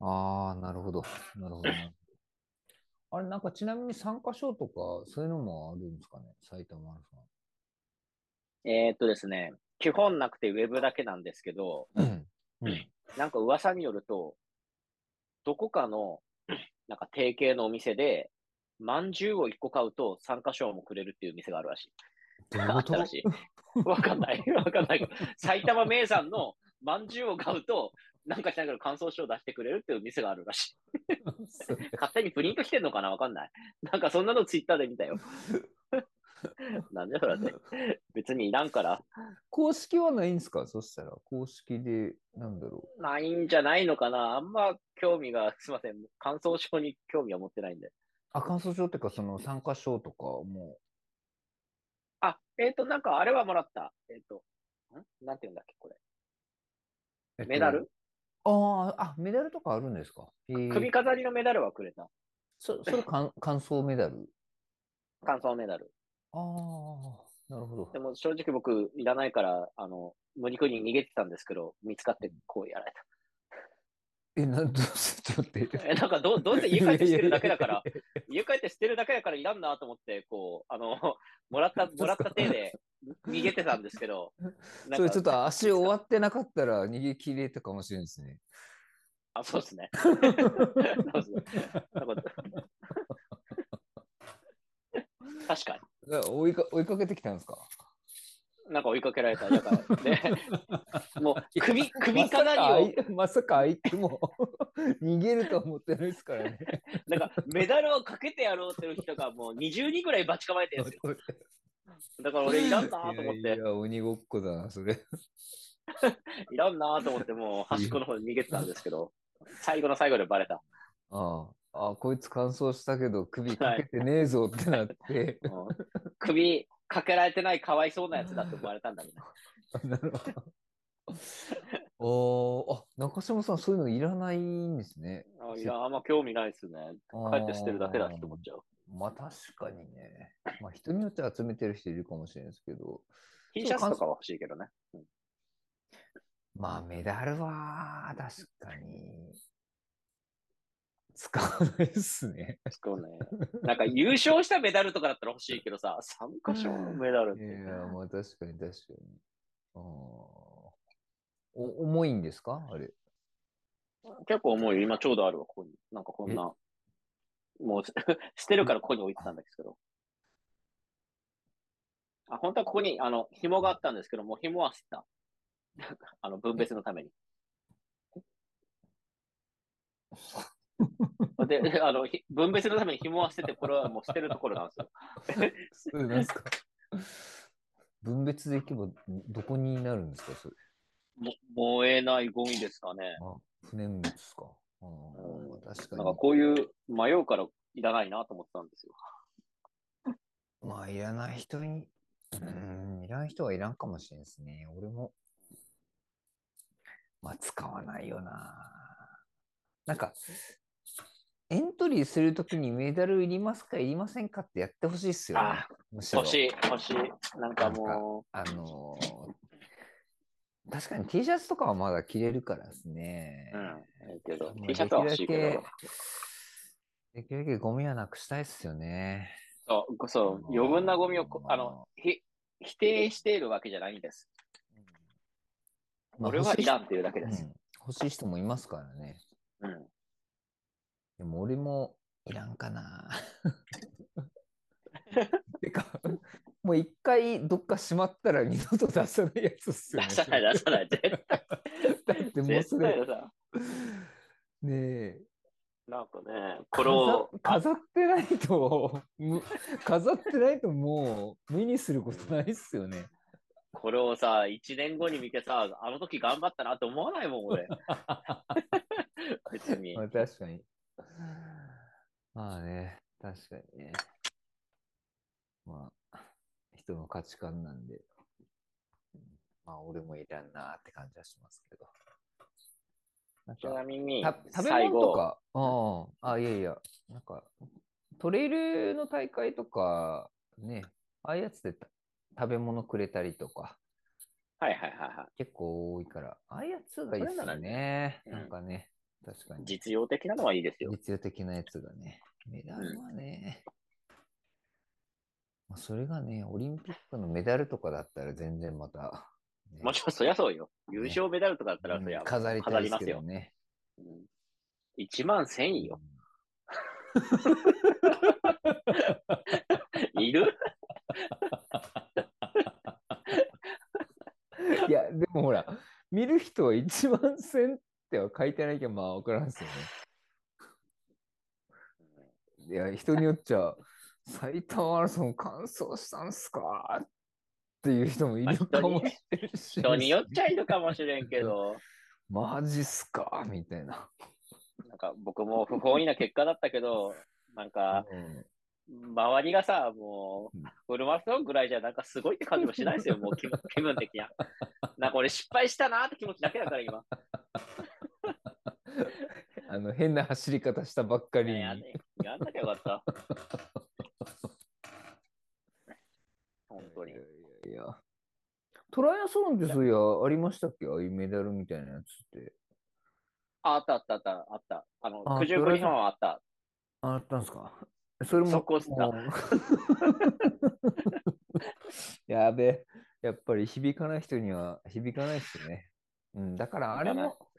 ああ、なるほど。なるほどな。 あれ、なんかちなみに参加賞とか、そういうのもあるんですかね、埼玉マラソン。えーっとですね、基本なくてウェブだけなんですけど、うん。なんか噂によると、どこかの、 なんか提携のお店で、まんじゅうを1個買うと参加賞もくれるっていう店があるらしい。どういうあこ ったとらしい。わかんない。わかんない。埼玉名産のまんじゅうを買うと、なんかしながら感想書を出してくれるっていう店があるらしそ れい。勝手にプリントしてんのかなわかんない。 なんかそんなのツイッターで見たよ。なんでそれって。別にいらんから、公式はないんですかそしたら、公式で、なんだろないんじゃないのかなあんま興味が、すいません。感想書に興味は持ってないんで。う。あ、感想状っていうか、その参加賞とか、もあ、えっ、と、なんかあれはもらった。えっ、と、んなんて言うんだっけ、これ。う。えっとメダル、ああ、あ、メダルとかあるんですかえー首飾りのメダルはくれた。 そそれ感、感想メダル感想メダル。ああ、なるほどで。も正直僕、いらないから、あの、無理くり逃げてたんですけど、見つかってこうやられえ、なん、どうしちょっと待ってた。。え、なんかどう、どうせ家帰って捨てるだけだから、家帰って捨てるだけだからいらんなと思って、こう、あ の、もらった、もらった手で逃げてたんですけど、なんそかれちょっと足終わってなかったら逃げ切れたかもしれないで すね。あ、そう ですね。そうですね。なんか確かに。追いか追いかけてきたんですかなんか追いかけられた。だから、 で、もう首、首か飾りを、まさか相手も 逃げると思ってないですからね。なんかメダルをかけてやろうっていう人がもう20人ぐらいばち構えてるんですよ。だから俺いらんなと思っいやいて、や、鬼ごっこだな、それ。いらんなと思って、もう端っこの方に逃げてたんですけど、最後の最後でバレた。ああ、あこいつ乾燥したけど首かけてねえぞってなって。うん首かけられてないかわいそうなやつだって思われたんだけ ど、なるほど。あーあ、中島さん、そういうのいらないんですね。あいや、あんま興味ないですね。帰って捨てるだけだって思っちゃう。まあ確かにね。まあ人によって集めてる人いるかもしれないですけど、 T シャツとかは欲しいけどね。まあメダルは確かに使わないですね。そうね。なんか優勝したメダルとかだったら欲しいけどさ、参加賞のメダルっいて。や、まあ確かに確かに。あーお重いんですかあれ。結構重いよ。今ちょうどあるわ、ここに。なんかこんな。もう 捨てるからここに置いてたんですけど。あ、本当はここに、あの、紐があったんですけど、もう紐は捨てた。 あの、分別のために。 で、あの、ひ分別のために紐は捨てて、これはもう捨てるところなんですよ。それなんですか 分別でいけばどこになるんですかそれ。も燃えないゴミですかね。あ、不燃物か。あー確かなんにか。こういう迷うからいらないなと思ってたんですよ。まあ、いらない人に、うん、いらない人はいらんかもしれんですね。俺も、まあ、使わないよな。なんか、エントリーするときにメダルいりますか、いりませんかってやってほしいっすよねあ。むしろ欲。しい、欲しい。なんかもあのー確かに T シャツとかはまだ着れるからですね。う、うん、いいけど、まあ T シャツは欲しいけど。できるだけ、できるだけゴミはなくしたいっすよね。そう、こそあのー余分なゴミをこ、あの、ひ否定しているわけじゃないんです。まあ俺はいらんっていうだけうです。ん、欲しい人もいますからね。うん。でも俺もいらん かな。てか、もう一回どっかしまったら二度と出さないやつっすよね。出さない、出さ ない。絶対だってもうそ絶対れ、出さないねえ、なんかね、これ を、飾飾ってないと、む飾ってないともう目にすることないっすよね。これをさ、1年後に見てさ、あの時頑張ったなって思わないもん、俺。 別にま。あ、確かに。 まあね、確かにね。まあ、人の価値観なんで、まあ、俺もいらんなって感じはしますけど。なんちなかみにた、食べ最物と後、か、ああ、いやいや、なんか、トレイルの大会とか、ね、ああいうやつでた食べ物くれたりとか、はいはいはいはい。結構多いから、ああいうやつがいいっすそれならよね。うんなんかね、確かに。実用的なのはいいですよ。実用的なやつがね。メダルはね、まあ、それがね、オリンピックのメダルとかだったら全然またねもちろんそりゃそうよ。優勝メダルとかだったら、そりうゃん、飾りた飾いりですまけすどよ。ね。うん1万1000円よ。いるいや、でもほら、見る人は1万1000っては書いてないけど、まあ分からんっすよね。いや、人によっちゃ、埼玉マラソン完走したんすかっていう人もいるかもしれんし。人によっちゃいるかもしれんけど、マジっすかみたいな。なんか僕も不本意な結果だったけど、なんか、うん周りがさ、もううん、フルマラソンぐらいじゃなんかすごいって感じもしない ですよ、もう気分気分的には。なんか俺失敗したなって気持ちだけだから今。あの変な走り方したばっかりねやんに。ねやんなきゃよかった。本当にい。やいやいや。トライアスロンってそういや、ありましたっけああいうメダルみたいなやつって。あ、あったあったあった、あった。あの、あ九十分日本はあった。あったんですかそれも。速攻っすかもう やべえ。やっぱり響かない人には響かないっすよね。うん、だからあれ響も、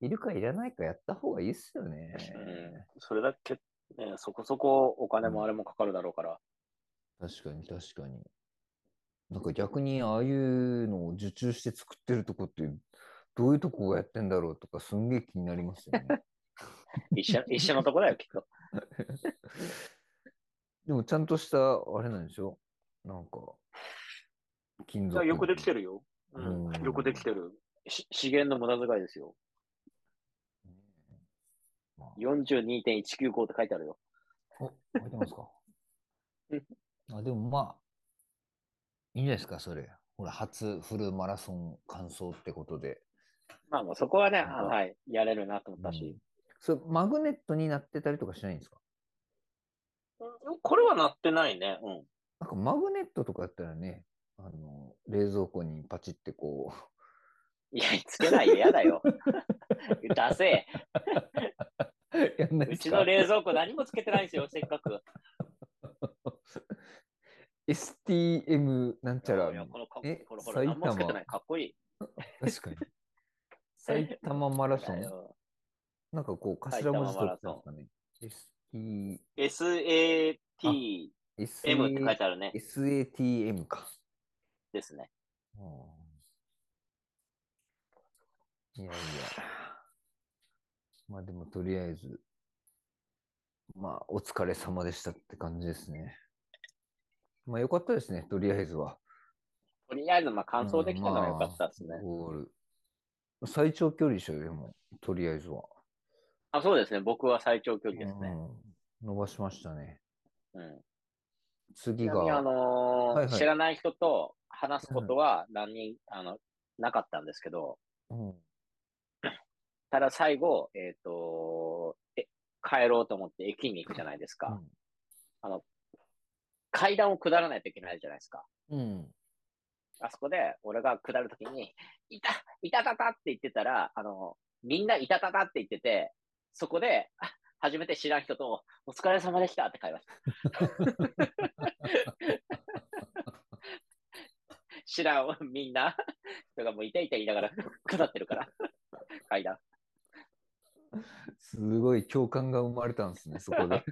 いるかいらないかやった方がいいっすよね。うんそれだけ、ね、そこそこお金もあれもかかるだろう から。確かに確かに。なんか逆にああいうのを受注して作ってるとこってどういうとこがやってんだろうとかすんげえ気になりますよ ね。一緒、一緒のとこだよ、きっと。でもちゃんとしたあれなんでしょなんか金属。よくできてるよ。うんよくできてる。し資源の無駄遣いですよ。ねえ。まあ、 42.195って書いてあるよ。お、書いてますかうん。あ、でもまあ、いいんじゃないですか、それ。ほら、初フルマラソン完走ってことで。まあもうそこはね、うんあはい、やれるなと思ったうんし。それ、マグネットになってたりとかしないんですかうんこれはなってないね。うん。なんかマグネットとかやったらね、あの、冷蔵庫にパチってこいや、つけないよ、やだよ。 ダセう、 やんないえ。でうすちかの冷蔵庫何もつけてないんですよ、せっかく。 STM なんちゃらいや、このかえこのほら、埼玉何もつけてない。かっこいい。確かに。埼玉マラ ソだンよなんかこう、頭文字取ってますかね。ST、 SATM って書い SA てあるね。 SATM か。ですね。いやいや。まあでもとりあえず、まあお疲れ様でしたって感じですね。まあよかったですね、とりあえずは。とりあえず、まあ、完走できたのは良かったですね。うんまあゴール。最長距離でしょ、でも、とりあえずは。あ、そうですね。僕は最長距離ですね。うん伸ばしましたね。うん。ち次なみに、あが、のーはいはい知らない人と話すことは何人、あの、なかったんですけど、うんただ最後、えっ、とえ、帰ろうと思って駅に行くじゃないですか。階段を下らないといけないじゃないですか。うん。あそこで、俺が下るときに、いた、いたたたって言ってたら、あの、みんないたたたって言ってて、そこで、あ初めて知らん人と、お疲れ様でしたって会話した。知らん、みんな、人がもういていて言いながら、下ってるから、階段。すごい共感が生まれたんですね、そ こで。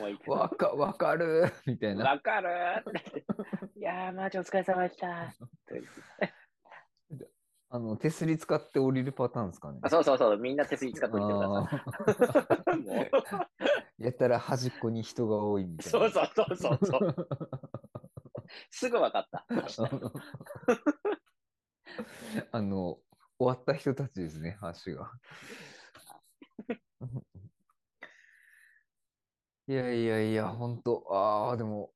もういてわか、わかるみたいな。わかるって。いやー、マジお疲れ様でした。あの、手すり使って降りるパターンですかね。あそうそうそう、みんな手すり使っておいてくださあーい。もう やったら端っこに人が多いみたいな。そうそうそうそうそう。すぐ分かった。 あの、終わった人たちですね、話が。 いやいやいや、ほんと、ああ、でも、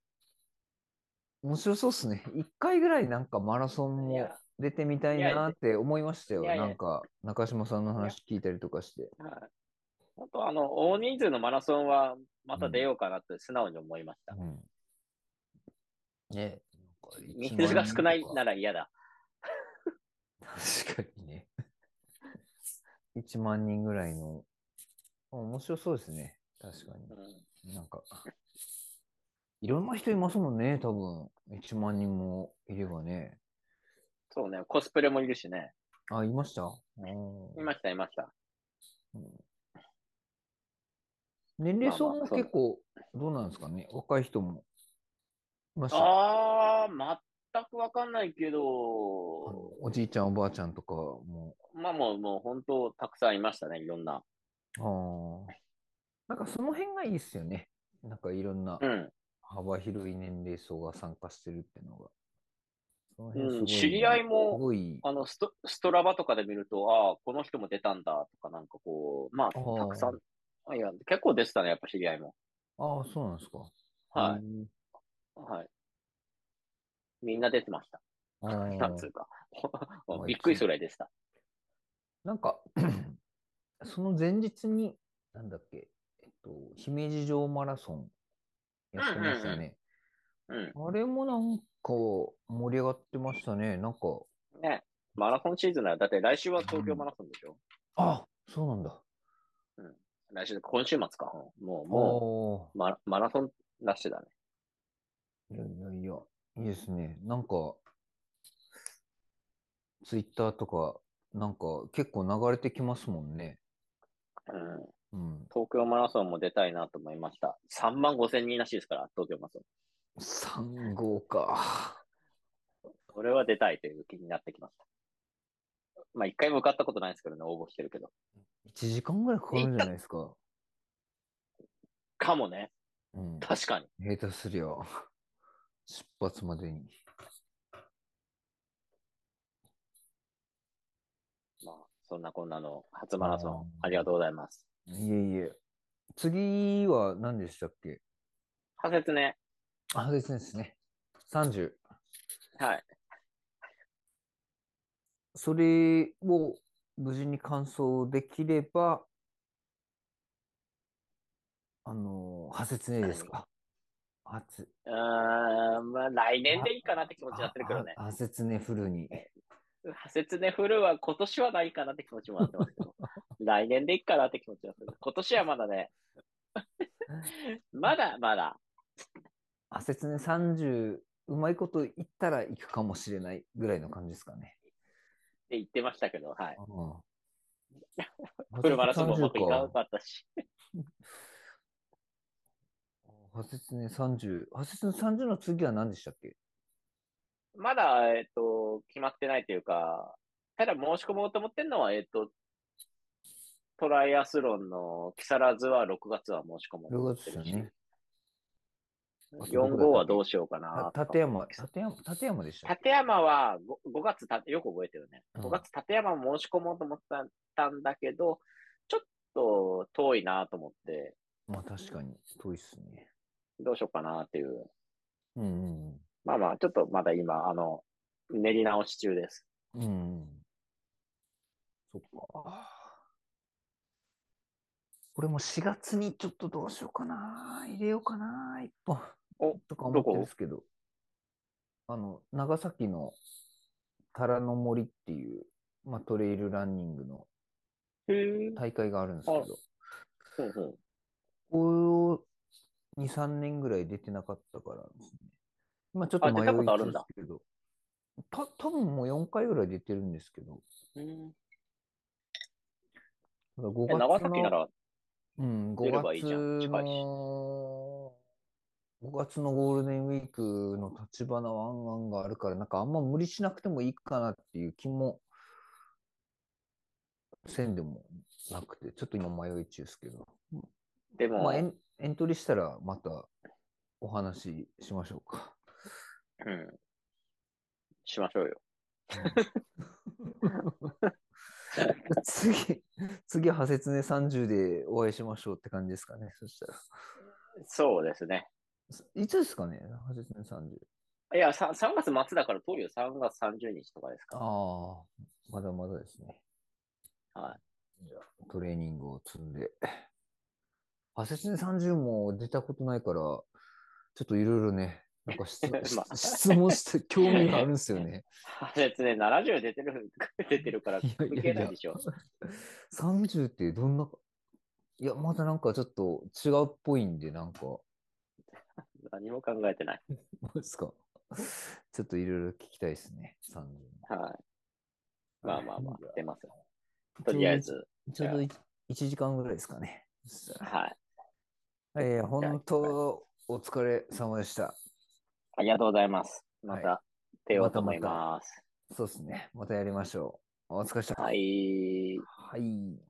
面白そうっすね。一回ぐらいなんかマラソンいもや出てみたいいやいなやって思いましたよ。いやいやなんか、中島さんの話聞いたりとかして。はい本当あの、大人数のマラソンはまた出ようかなって素直に思いました。うん。ね、なんか人数が少ない1万人とかなら嫌だ。確かにね。1万人ぐらいの。あ面白そうですね。確かうんに。なんか、いろんな人いますもんね、多分。1万人もいればね。そうね、コスプレもいるしね。あ、いましたうんいました、いました。年齢層まもあまあ結構、どうなんですかね若い人も。いましたああ、全くわかんないけあのど、おじいちゃん、おばあちゃんとかも。まあもう、もう本当、たくさんいましたね、いろんな。ああ。なんかその辺がいいっすよね。なんかいろんなうん。幅広い年齢層が参加してるってのが。そのうん、すごい知り合いすも、ごい。あのスト、ストラバとかで見ると、ああ、この人も出たんだとか、なんかこう、まあ、あーたくさん、あいや、結構出てたね、やっぱ知り合いも。ああ、そうなんですか。。はいはい。みんな出てました。あなんーつうか。 まあびっくりするぐらいでした。なんか、 その前日に、なんだっけ、えっと、姫路城マラソンやってましたね。うん。あれもなんか盛り上がってましたね。なんか、ね。マラソンシーズンなら、だって来週は東京マラソンでしょ、あそうなんだ。来週、今週末か。うんもう、ももう、マラマラソンラッシュだね。う、いやいやいや、いいですね。なんか、ツイッターとか、なんか結構流れてきますもんね。うん。うん。東京マラソンも出たいなと思いました。3万5千人らしいですから、東京マラソン。 3号か。これは出たいという気になってきました。まあ、一回も受かったことないですけどね、応募してるけど。 1時間ぐらいかかるんじゃないですか。かもね。うん。確かに。下手すりゃ、出発までに。まあ、そんなこんなの、初マラソン、ありがとうございます。いえいえ。次は何でしたっけ派説ね。あ、別ですね。30。はい。それを無事に完走できれば、あの、派切ねですか。はつうーん、まあ、来年でいいかなって気持ちになってるけどね。ああ派切ねフルに。派説ね、フルは今年はないかなって気持ちもなってますけ ど。来年でいいかなって気持ちがする。今年はまだね。まだまだ。派切ね30、うまいこと言ったら行くかもしれないぐらいの感じですかね。って言ってましたけど、はい。うん。フルマラソンもうまくいかな派かったし。切ね30。派切ね30の次は何でしたっけまだ、えっと、決まってないというか、ただ申し込もうと思ってるのは、えっと、トライアスロンの木更津は6月は申し込もうと思 ?6 っ月てですよるし。ね。あ4とどこだったっけ号はどうしようかなた。立山、立山、立山でしたっ立け山は 5, 月た、よく覚えてるね。うん5月立山も申し込もうと思ったたんだけど、ちょっと遠いなと思って、まあ確かに、遠いっすね。どうしようかなっていう。うんまあまあ、ちょっとまだ今、あの、練り直し中です。うんうん。うんうん。そっか。これも4月にちょっとどうしようかな。入れようかな。一本。おとか思ってどこるんですけど。あの、長崎のタラの森っていう、まあ、トレイルランニングのへえ。大会があるんですけあど、うんうん。ここ2、3年ぐらい出てなかったからですね。まあちょっとあ出迷たいことあるんだですけど、た多分もう4回ぐらい出てるんですけど、うんただ5え月長崎なの、ら、うん、出れ5ばいいじゃん月近いしの、5月のゴールデンウィークの立花は案案があるから、なんかあんま無理しなくてもいいかなっていう気も、せんでもなくて、ちょっと今迷い中ですけど。でも、まあ、エンエントリーしたらまたお話ししましょうか。うん。しましょうよ。 次、次、派切ね30でお会いしましょうって感じですかね。そしたら。そうですね。いつですかね派切ね30。いや、さ 3, 月末だから遠いよ。3月30日とかですか。ああ、まだまだですね。。はいじゃあ、トレーニングを積んで。派切ね30も出たことないから、ちょっといろいろね、なんか 質まあ質問して興味があるんですよね。あ 別ね、70出てる、出てるからいやいやいや受けないでしょ。 30ってどんな、いや、まだなんかちょっと違うっぽいんで、なんか、何も考えてない。どうですか。ちょっといろいろ聞きたいですね。30のはい。まあまあまあいいや、出ます。とりあえず、ちょうど1時間ぐらいですかね。はい。えー、本当、お疲れ様でした。ありがとうございます。まはいた出ようと思います。そうですね。またやりましょう。お疲れ様でした。はい。はい